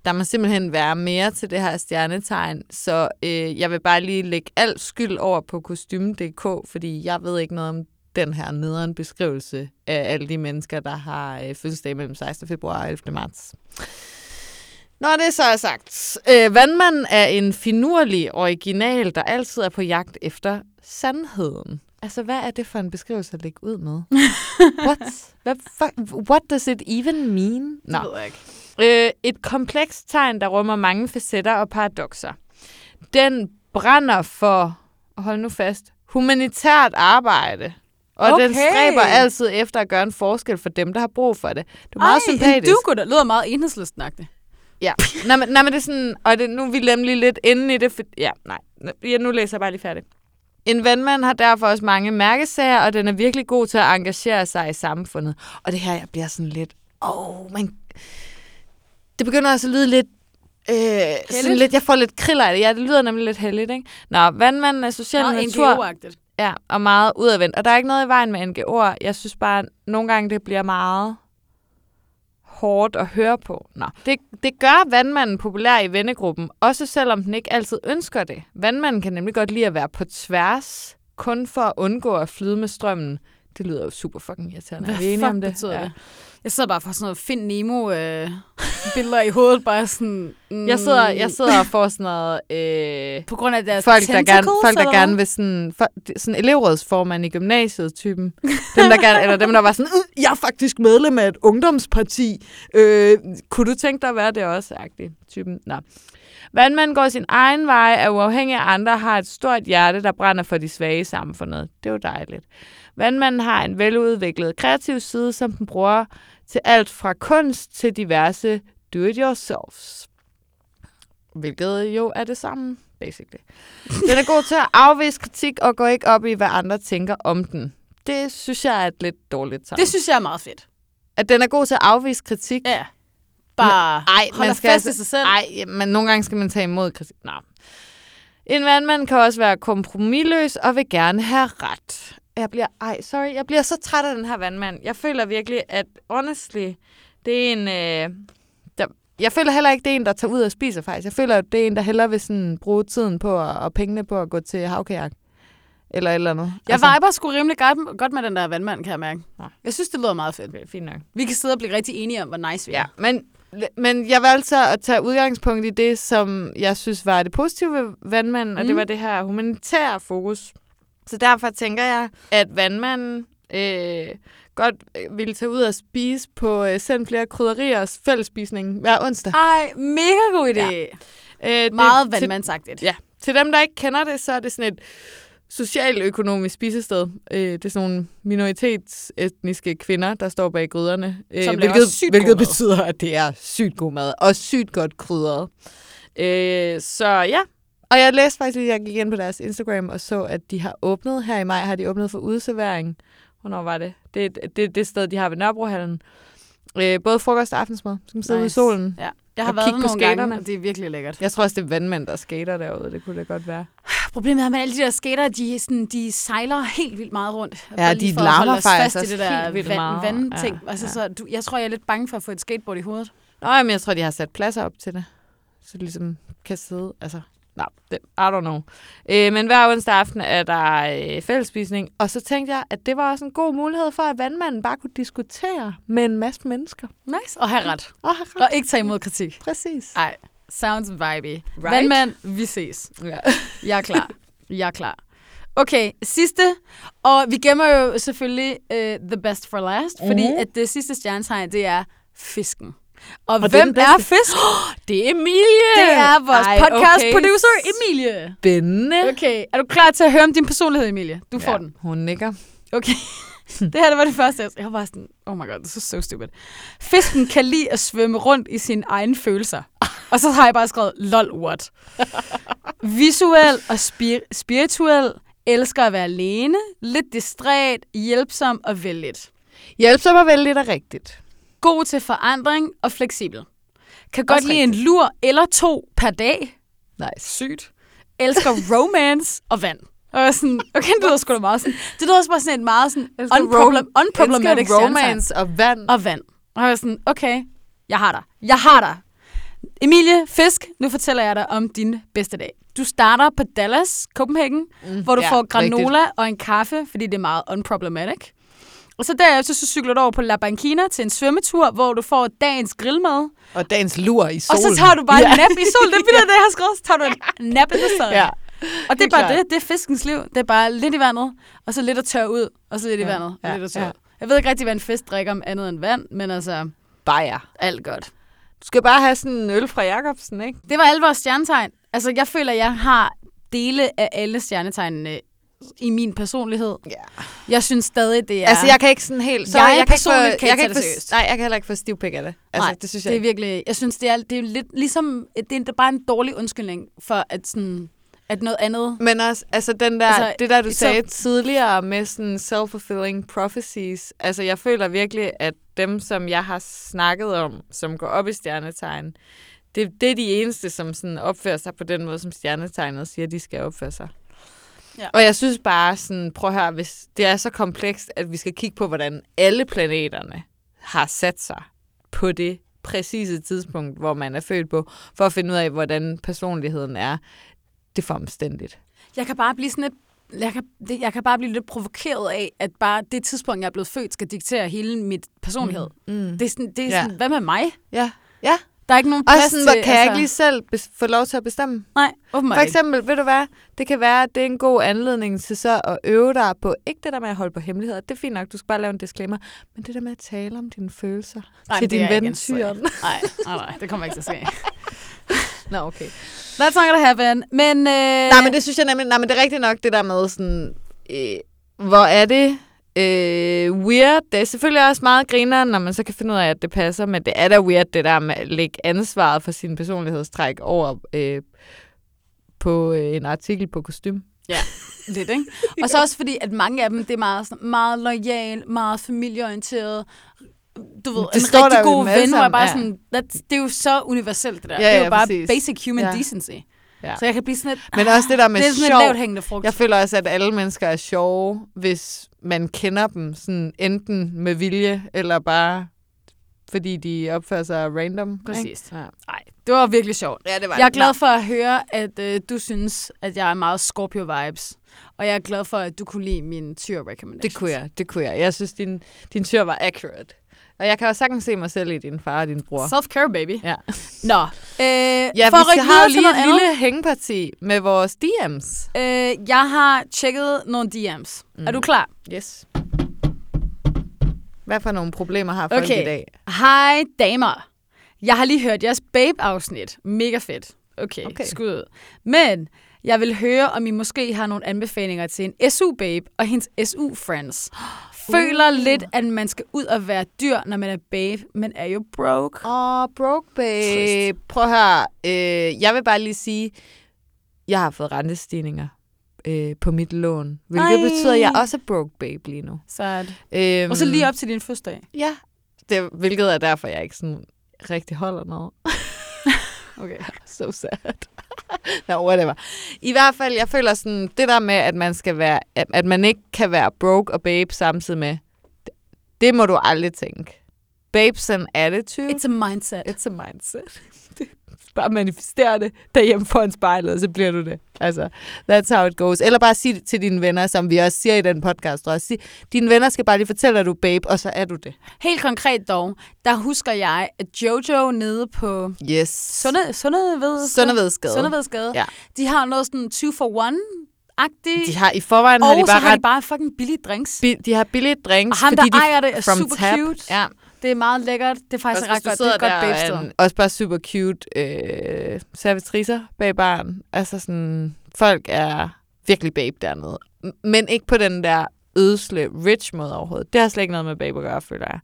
C: der må simpelthen være mere til det her stjernetegn, så øh, jeg vil bare lige lægge al skyld over på kostume.dk, fordi jeg ved ikke noget om den her nederen beskrivelse af alle de mennesker, der har øh, fødselsdag mellem 16. februar og 11. marts. Når det så er sagt, øh, vandmanden er en finurlig original, der altid er på jagt efter sandheden. Altså, hvad er det for en beskrivelse at lægge ud
D: *laughs*
C: med? What? Hvad fuck? What does it even mean? Nå.
D: Det ved jeg ikke.
C: Øh, et komplekst tegn, der rummer mange facetter og paradoxer. Den brænder for, hold nu fast, humanitært arbejde. Og okay. den
D: Okay.
C: stræber altid efter at gøre en forskel for dem, der har brug for det. Det er meget
D: Ej,
C: sympatisk.
D: Du kunne da lyder meget enhedslisten
C: Ja, nej, men, nej, men det er sådan, og det, nu er vi nemlig lidt inde i det, for, ja, nej, ja, nu læser jeg bare lige færdigt. En vandmand har derfor også mange mærkesager, og den er virkelig god til at engagere sig i samfundet. Og det her, jeg bliver sådan lidt, åh, oh, man, det begynder også at lyde lidt, øh, sådan lidt, jeg får lidt kriller af det. Ja, det lyder nemlig lidt heldigt, ikke? Nå, vandmanden er social
D: Meget
C: natur.
D: NGO-agtigt.
C: Ja, og meget udadvendt. Og der er ikke noget i vejen med NGO'er. Jeg synes bare, at nogle gange det bliver meget hårdt at høre på. Nå. Det, det gør vandmanden populær i vennegruppen, også selvom den ikke altid ønsker det. Vandmanden kan nemlig godt lide at være på tværs, kun for at undgå at flyde med strømmen. Det lyder jo super fucking irriterende. Er vi enige om det?
D: betyder ja. det? Jeg sidder bare for sådan noget Find Nemo
C: *laughs*
D: øh, billeder i hovedet, bare sådan... Mm,
C: Jeg sidder, jeg sidder og får sådan noget... Øh,
D: På grund af deres
C: folk, der gerne,
D: tentacles,
C: folk, der
D: eller
C: gerne
D: hvad?
C: vil sådan... For, det- sådan elevrådsformand i gymnasiet-typen. Dem, der gerne, eller dem, der var sådan, "Øh, jeg er faktisk medlem af et ungdomsparti. Øh, kunne du tænke dig at være det også? Agtig typen. Nå. Vandmanden går sin egen vej, er uafhængig af andre, har et stort hjerte, der brænder for de svage i samfundet. Det er jo dejligt. Vandmanden har en veludviklet kreativ side, som den bruger til alt fra kunst til diverse do-it-yourselfs. Hvilket jo er det samme, basically.
D: *laughs*
C: Den er god til at afvise kritik og går ikke op i, hvad andre tænker om den. Det synes jeg er et lidt dårligt tegn.
D: Det synes jeg er meget fedt.
C: At den er god til at afvise kritik.
D: Ja. Bare
C: Ej,
D: holder
C: man skal
D: fast i
C: altså-
D: sig selv.
C: Nej, men nogle gange skal man tage imod kritik. Nå. En vandmand kan også være kompromilløs og vil gerne have ret. Jeg bliver, ej, sorry, jeg bliver så træt af den her vandmand. Jeg føler virkelig, at honestly, det er en... Øh, der, jeg føler heller ikke, det er en, der tager ud og spiser faktisk. Jeg føler, at det er en, der hellere vil sådan, bruge tiden på og, og pengene på at gå til havkajak. Eller et eller andet.
D: Jeg altså, viber sgu rimelig godt, godt med den der vandmand, kan jeg mærke.
C: Nå.
D: Jeg synes, det lyder meget fedt.
C: Okay, fint nok.
D: Vi kan sidde og blive rigtig enige om, hvor nice vi er.
C: Ja, men, men jeg valgte så at tage udgangspunkt i det, som jeg synes var det positive ved vandmanden, mm. og
D: Mm.
C: det var det her humanitære fokus. Så derfor tænker jeg, at vandmanden øh, godt øh, ville tage ud og spise på øh, Send Flere Krydderiers fællesspisning hver onsdag.
D: Ej, mega god idé. Ah, Ja.
C: Øh, det-
D: Meget
C: til,
D: vandmandsagtigt.
C: Ja. Til dem, der ikke kender det, så er det sådan et socialøkonomisk spisested. Øh, det er sådan nogle minoritetsetniske kvinder, der står bag gryderne. Øh,
D: Som laver
C: hvilket
D: sygt god
C: hvilket
D: mad.
C: betyder, at det er sygt god mad, og sygt godt krydret. Øh, så ja. Og jeg læste faktisk lige, jeg gik ind på deres Instagram og så, at de har åbnet her i maj, har de åbnet for udservering. Hvornår var det? Det er det, det sted, de har ved Nørrebrohallen. Øh, både frokost og aftensmad. Så kan man sidde nice. ude i solen.
D: Ja. Jeg har
C: Og
D: været
C: kigge
D: der
C: på
D: nogle gange,
C: skaterne.
D: og det er virkelig lækkert.
C: Jeg tror også, det er vandmænd, der skater derude. Det kunne det godt være.
D: Problemet er, at alle de der skater, de, er sådan, de sejler helt vildt meget rundt.
C: Ja,
D: Bare lige
C: de
D: for at
C: larmer
D: holde os
C: faktisk
D: fast i
C: også
D: det der
C: helt vildt
D: vand,
C: meget.
D: vandting.
C: Ja,
D: altså,
C: ja.
D: Så du, jeg tror, jeg er lidt bange for at få et skateboard i hovedet.
C: Nå, jamen, jeg tror, de har sat pladser op til det. Så det ligesom kan sidde, altså... Nej, det, I don't know. Øh, men hver onsdag aften er der øh, fællesspisning, og så tænkte jeg, at det var også en god mulighed for, at vandmanden bare kunne diskutere med en masse mennesker.
D: Nice. Og have ret.
C: Åh, oh,
D: Og ikke tage imod kritik.
C: præcis.
D: Ej, sounds vibey. Right?
C: Right?
D: Vandmand, vi ses.
C: Ja.
D: Jeg er klar. Jeg er klar. Okay, sidste. Og vi gemmer jo selvfølgelig uh, The Best for Last, mm-hmm. fordi at det sidste stjernetegn, det er fisken. Og, og
C: det er
D: hvem
C: den
D: er,
C: bedste.
D: er fisk?
C: Ah, Det er Emilie!
D: *gasps* Det er vores
C: Ej,
D: podcast-producer, Emilie.
C: Spændende.
D: Okay, er du klar til at høre om din personlighed, Emilie? Du får
C: Ja,
D: den.
C: Hun nikker.
D: Okay. *laughs* det her, det var det første. Jeg var bare sådan, oh my god, det er så stupid. Fisken kan lide at svømme rundt i sine egne følelser. Og så har jeg bare skrevet, lol, what? Visuel og spir- spirituel elsker at være alene, lidt distræt, hjælpsom og vældig.
C: Hjælpsom og vældig og rigtigt.
D: God til forandring og fleksibel. Kan godt
C: Også
D: lide en lur eller to per dag.
C: Nice.
D: Sygt. Elsker romance og vand. Og jeg er sådan, okay, det lyder sgu da meget sådan. Det lyder også bare sådan et meget sådan
C: Elsker
D: unproblem-
C: rom-
D: unproblematic
C: elsker
D: stjernetegn
C: romance og vand.
D: og vand. Og jeg var sådan, okay, jeg har dig. Jeg har dig. Emilie Fisk, nu fortæller jeg dig om din bedste dag. Du starter på Dallas, Copenhagen, mm, hvor du
C: ja,
D: ja, får granola
C: rigtigt.
D: rigtigt. og en kaffe, fordi det er meget unproblematic. Og så derefter så cykler du over på La Banquina til en svømmetur, hvor du får dagens grillmad.
C: og dagens lur i
D: Og
C: solen.
D: så tager du bare en nap i solen. Det er vildt, det jeg har skrevet. Så tager
C: *laughs*
D: du en nap i solen.
C: Ja.
D: Og det er
C: Helt
D: bare
C: klart.
D: det. Det er fiskens liv. Det er bare lidt i vandet, og så lidt at tørre ud, og så lidt i
C: Ja,
D: vandet, og
C: ja,
D: lidt at tørre.
C: ja.
D: ud. Jeg ved ikke rigtig, hvad en fisk drikker om andet end vand, men altså,
C: Bajer.
D: alt godt.
C: Du skal bare have sådan en øl fra Jacobsen, ikke?
D: Det var alle vores stjernetegn. Altså, jeg føler, jeg har dele af alle stjernetegnene i min personlighed.
C: Ja.
D: Jeg synes stadig, det er...
C: Altså, jeg kan ikke sådan helt... Så
D: Jeg
C: jeg kan ikke få,
D: personligt kan
C: jeg
D: ikke tage
C: ikke
D: det
C: få,
D: seriøst.
C: Nej, jeg kan heller ikke få stivpik af det. Altså, det synes jeg
D: det er
C: ikke.
D: virkelig... Jeg synes, det er, det er lidt ligesom... Det er en- bare en dårlig undskyldning for, at, sådan, at noget andet...
C: Men også, altså den der, altså,
D: Altså,
C: det der, du
D: så-
C: sagde tidligere med sådan self-fulfilling prophecies, altså jeg føler virkelig, at dem, som jeg har snakket om, som går op i stjernetegn, det, det er de eneste, som sådan opfører sig på den måde, som stjernetegnet siger, de skal opføre sig. Ja.
D: Ja.
C: Og jeg synes bare sådan, prøv at høre, hvis det er så komplekst, at vi skal kigge på, hvordan alle planeterne har sat sig på det præcise tidspunkt, hvor man er født på, for at finde ud af, hvordan personligheden er. Det er for omstændigt.
D: Jeg kan bare blive sådan lidt... Jeg kan, det, jeg kan bare blive lidt provokeret af, at bare det tidspunkt, jeg er blevet født, skal diktere hele mit personlighed. Mm. Mm. Det er sådan, det er
C: Ja.
D: sådan hvad med mig?
C: Ja. Ja.
D: Der er ikke nogen
C: Og
D: plads
C: sådan, hvor
D: til... altså-
C: kan jeg ikke lige selv bes- få lov til at bestemme?
D: Nej, åbenbart
C: For
D: ikke.
C: eksempel, ved du hvad, det kan være, at det er en god anledning til så at øve dig på, ikke det der med at holde på hemmeligheder, det er fint nok, du skal bare lave en disclaimer, men det der med at tale om dine følelser
D: Nej, men
C: til
D: det
C: din
D: er jeg ikke
C: ven
D: interesseret i.
C: Tyren.
D: Nej, nej, nej, det kommer ikke til
C: *laughs*
D: at ske.
C: Nå, okay.
D: That's not gonna happen. Men, øh,
C: Nej, men det synes jeg nemlig, nej, men det er rigtigt nok, det der med sådan, øh, hvor er det øh, weird. Det er selvfølgelig også meget griner, når man så kan finde ud af, at det passer, men det er da weird, det der med at lægge ansvaret for sin personlighedstræk over øh, på øh, en artikel på kostym.
D: Ja, lidt, ikke? Og så også fordi, at mange af dem, det er meget, sådan, meget lojal, meget familieorienteret. Du ved, en
C: det står der
D: rigtig
C: jo i
D: god
C: dem alle
D: ven, hvor jeg
C: sammen,
D: bare
C: ja.
D: sådan, that's, det er jo så universelt, det der.
C: Ja,
D: det er jo
C: ja,
D: bare
C: præcis.
D: basic human
C: Ja.
D: decency.
C: Ja.
D: Så jeg kan blive sådan lidt,
C: Men også det der med
D: Ah, det er sådan
C: sjov.
D: et lavt hængende frugt.
C: Jeg føler også, at alle mennesker er sjove, hvis man kender dem sådan enten med vilje, eller bare fordi de opfører sig random. ikke?
D: Præcis.
C: Ja.
D: Nej, det var virkelig sjovt.
C: ja, det var
D: Jeg er glad for at høre, at øh, du synes, at jeg er meget Scorpio-vibes. Og jeg er glad for, at du kunne lide min tyre recommendation.
C: Det kunne jeg, det kunne jeg. Jeg synes, din, din tyr var accurate. Og jeg kan jo sagtens se mig selv i din far og din bror.
D: Self-care, baby.
C: Ja.
D: *laughs* Nå, øh,
C: Ja,
D: for
C: vi
D: at rykke
C: skal
D: videre
C: have jo
D: til
C: lige
D: noget
C: et
D: andet.
C: lille hængeparti med vores DM's.
D: Øh, jeg har tjekket nogle DM's. Mm. Er du klar?
C: Yes. Hvad for nogle problemer har folk
D: Okay.
C: i dag?
D: Hej damer. Jeg har lige hørt jeres Babe-afsnit. Mega fedt. Okay,
C: Okay.
D: okay. skud. ud. Men jeg vil høre, om I måske har nogle anbefalinger til en SU-babe og hendes *gasps* SU-friends. Føler uh. lidt, at man skal ud og være dyr, når man er babe, men er jo broke.
C: Åh, oh, broke babe.
D: Trist.
C: Prøv at høre. Øh, jeg vil bare lige sige, jeg har fået rentestigninger øh, på mit lån. Hvilket Ej.
D: Ej.
C: betyder, at jeg også er broke babe lige nu.
D: Sad.
C: Øhm,
D: Og så lige op til din første dag.
C: Ja. Det, hvilket er derfor, jeg ikke sådan rigtig holder noget.
D: Okay.
C: so sad. *laughs* no, whatever. I hvert fald, jeg føler sådan, det der med, at man, skal være, at, at man ikke kan være broke og babe samtidig med, det, det må du aldrig tænke. Babes an attitude.
D: *laughs* It's a mindset.
C: It's a mindset. *laughs* bare manifestere det derhjemme foran spejlet, og så bliver du det. Altså, that's how it goes. Eller bare sig det til dine venner, som vi også siger i den podcast, tror jeg. Sig, dine venner skal bare lige fortælle, at du er babe, og så er du det.
D: Helt konkret dog, der husker jeg, at Jojo nede på
C: Yes.
D: Sunde, Sundeved,
C: Sundevedsgade.
D: Sundevedsgade,
C: Ja.
D: de har noget sådan 2 for 1-agtigt.
C: De har i forvejen har
D: og
C: de
D: så
C: bare
D: har de
C: ret
D: bare fucking billige drinks.
C: bi- de har billige drinks,
D: Og ham,
C: fordi
D: der
C: de
D: ejer det, er
C: from
D: super
C: tap.
D: cute.
C: Ja.
D: Det er meget lækkert. Det er faktisk ret godt. Det er et godt babested.
C: og en- også bare super cute øh, servitriser bag barn. Altså sådan, folk er virkelig babe dernede. M- Men ikke på den der ødsle rich måde overhovedet. Det har slet ikke noget med babe at gøre, føler jeg.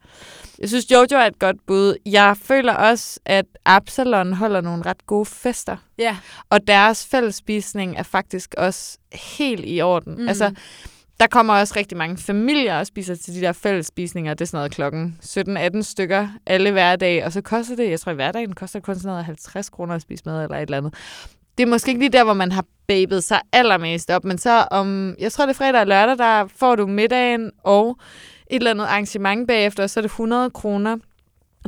C: Jeg synes, Jojo er et godt bud. Jeg føler også, at Absalon holder nogle ret gode fester.
D: Ja.
C: Og deres fællesspisning er faktisk også helt i orden.
D: Mm.
C: Mm. Altså, der kommer også rigtig mange familier og spiser til de der fællesspisninger. Det er sådan noget klokken 17-18 stykker alle hverdag. Og så koster det, jeg tror i hverdagen, koster det kun sådan noget 50 kroner at spise med eller et eller andet. Det er måske ikke lige der, hvor man har babet sig allermest op, men så om, jeg tror det er fredag og lørdag, der får du middagen og et eller andet arrangement bagefter, og så er det 100 kroner.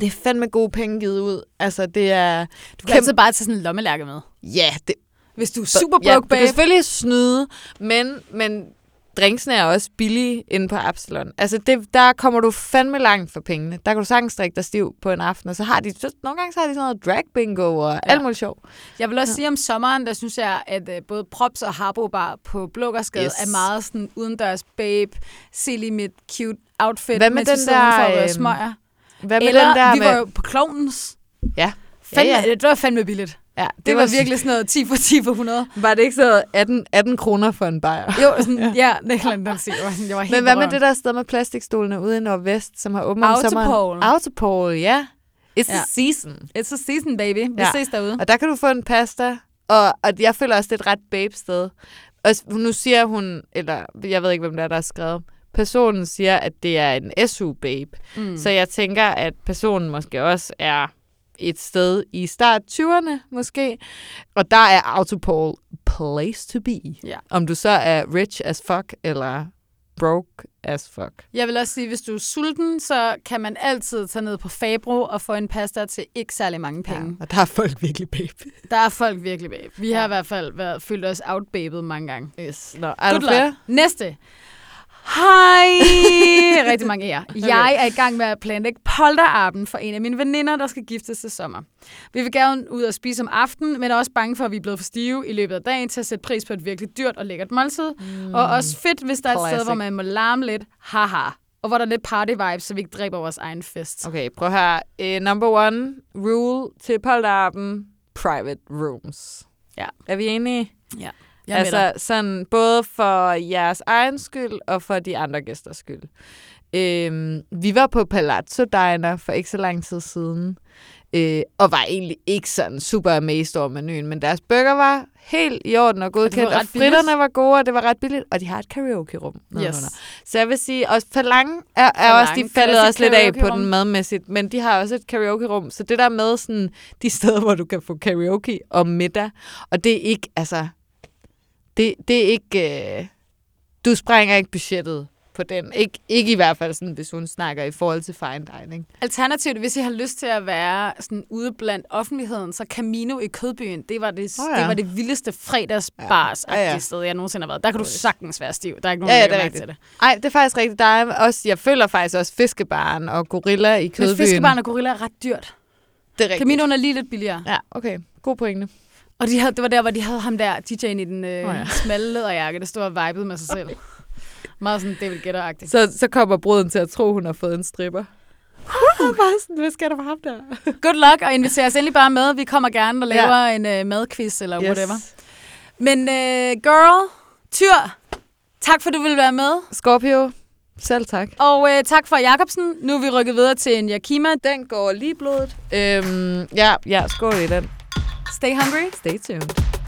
C: Det er fandme gode penge givet ud. Altså, det er...
D: Du kan altid bare tage sådan en lommelærke med.
C: Ja, det,
D: Hvis du er super
C: ja,
D: broke,
C: du kan
D: babe.
C: selvfølgelig snyde, men, men drinksene er også billige inde på Absalon. Altså, det, der kommer du fandme langt for pengene. Der kan du sagtens drikke dig stiv på en aften, og så har de, så, nogle gange så har de sådan noget drag bingo og ja. alt muligt sjov.
D: Jeg vil også sige om sommeren, der synes jeg, at øh, både Props og Harbo Bar på Blågårdsgade yes.
C: Yes.
D: er meget sådan udendørs babe, se lige mit cute outfit,
C: Hvad med
D: mens
C: den
D: vi sidder udenfor og
C: der,
D: ryger
C: øhm,
D: smøger.
C: Hvad med
D: Eller
C: den der
D: vi
C: med...
D: var jo på Klovnens.
C: Ja.
D: Fandme,
C: Ja, ja.
D: Det var fandme billigt. Det,
C: ja,
D: det var, var virkelig sådan noget 10 for 10 for 100.
C: *laughs* Var det ikke så 18, 18 kroner for en bajer?
D: Jo, sådan, ja, ja det er den sig. Jeg var, sådan- jeg var helt
C: Men hvad med det der sted med plastikstolene ude i Nordvest, som har åbnet om sommeren?
D: Autopole.
C: Autopole, ja. It's
D: Ja.
C: the season.
D: It's a season, baby. Vi ja.
C: Ja.
D: ses derude.
C: *laughs* Og der kan du få en pasta, og, og jeg føler også, det er et ret babe-sted. Og s- nu siger hun, eller jeg ved ikke, hvem der er, der har skrevet, personen siger, at det er en SU-babe. Mm. Så jeg tænker, at personen måske også er et sted i start 20'erne måske. Og der er Autopole place to be.
D: Ja.
C: Om du så er rich as fuck, eller broke as fuck.
D: Jeg vil også sige, hvis du er sulten, så kan man altid tage ned på Fabro og få en pasta til ikke særlig mange penge. Ja.
C: Og der er folk virkelig babe.
D: Der er folk virkelig babe. Vi har i hvert fald været, følt os outbabet mange gange.
C: Yes. Nå, er
D: Good
C: du flere?
D: luck. Næste. Hej! *laughs* Rigtig mange ære. Jeg er i gang med at planlægge polterappen for en af mine veninder, der skal giftes til sommer. Vi vil gerne ud og spise om aftenen, men er også bange for, at vi er blevet for stive i løbet af dagen til at sætte pris på et virkelig dyrt og lækkert måltid. Mm. Og også fedt, hvis der er et sted,
C: Classic.
D: hvor man må larme lidt. Haha. Og hvor der er lidt party-vibes, så vi ikke dræber vores egen fest.
C: Okay, prøv her. Uh, number one rule til polterappen. Private rooms.
D: Ja.
C: Er vi enige?
D: Ja.
C: altså sådan både for jeres egen skyld og for de andre gæsters skyld. Øhm, vi var på Palazzo Diner for ikke så lang tid siden, øh, og var egentlig ikke sådan super amazed over menuen, men deres burger var helt i orden og godkendt, og,
D: ret
C: og
D: billigt.
C: fritterne var gode, og det var ret billigt, og de har et karaoke-rum. nedenunder.
D: Yes.
C: Så jeg vil sige, også Falang er, er
D: Falang,
C: også, de faldet
D: klassisk
C: også lidt af på
D: karaoke-rum.
C: den madmæssigt, men de har også et karaoke-rum, så det der med sådan, de steder, hvor du kan få karaoke og middag, og det er ikke, altså, det, det er ikke, øh, du sprænger ikke budgettet på den. Ik- ikke i hvert fald, sådan, hvis hun snakker i forhold til fine dining.
D: Alternativt, hvis I har lyst til at være sådan ude blandt offentligheden, så Camino i Kødbyen, det var det, oh
C: Åh
D: ja.
C: ja.
D: det, var det vildeste fredagsbars ja.
C: Ja,
D: ja,
C: ja.
D: ja. sted, jeg nogensinde har været. Der kan du sagtens være stiv. Der er ikke
C: Ja,
D: nogen,
C: ja,
D: ja,
C: det
D: der ja,
C: er
D: til det.
C: Ej, det er faktisk rigtigt. Der er også, jeg føler faktisk også fiskebaren og gorilla i
D: Men
C: kødbyen.
D: fiskebarn og gorilla er ret dyrt.
C: det er rigtigt.
D: Caminoen er lige lidt billigere.
C: Ja, okay. God pointe.
D: Og de havde, det var der, hvor de havde ham der, DJ'en i den øh,
C: Åh
D: oh,
C: ja. *laughs*
D: ja. smalle læderjakke, der stod og vibede med sig selv. Meget sådan David Guetta-agtigt.
C: Så, så kommer bruden til at tro, hun har fået en stripper. *laughs* Bare sådan, hvad sker der for ham der?
D: Good luck, og inviter os endelig bare med. Vi kommer gerne og laver ja. en øh, madquiz eller yes. whatever. Men øh, girl, Tyr, tak for, du ville være med.
C: Scorpio, selv tak.
D: Og øh, tak for Jacobsen. Nu er vi rykket videre til en Yakima.
C: Den går lige blodet. Øhm, ja, ja, skål i den.
D: Stay hungry.
C: Stay tuned.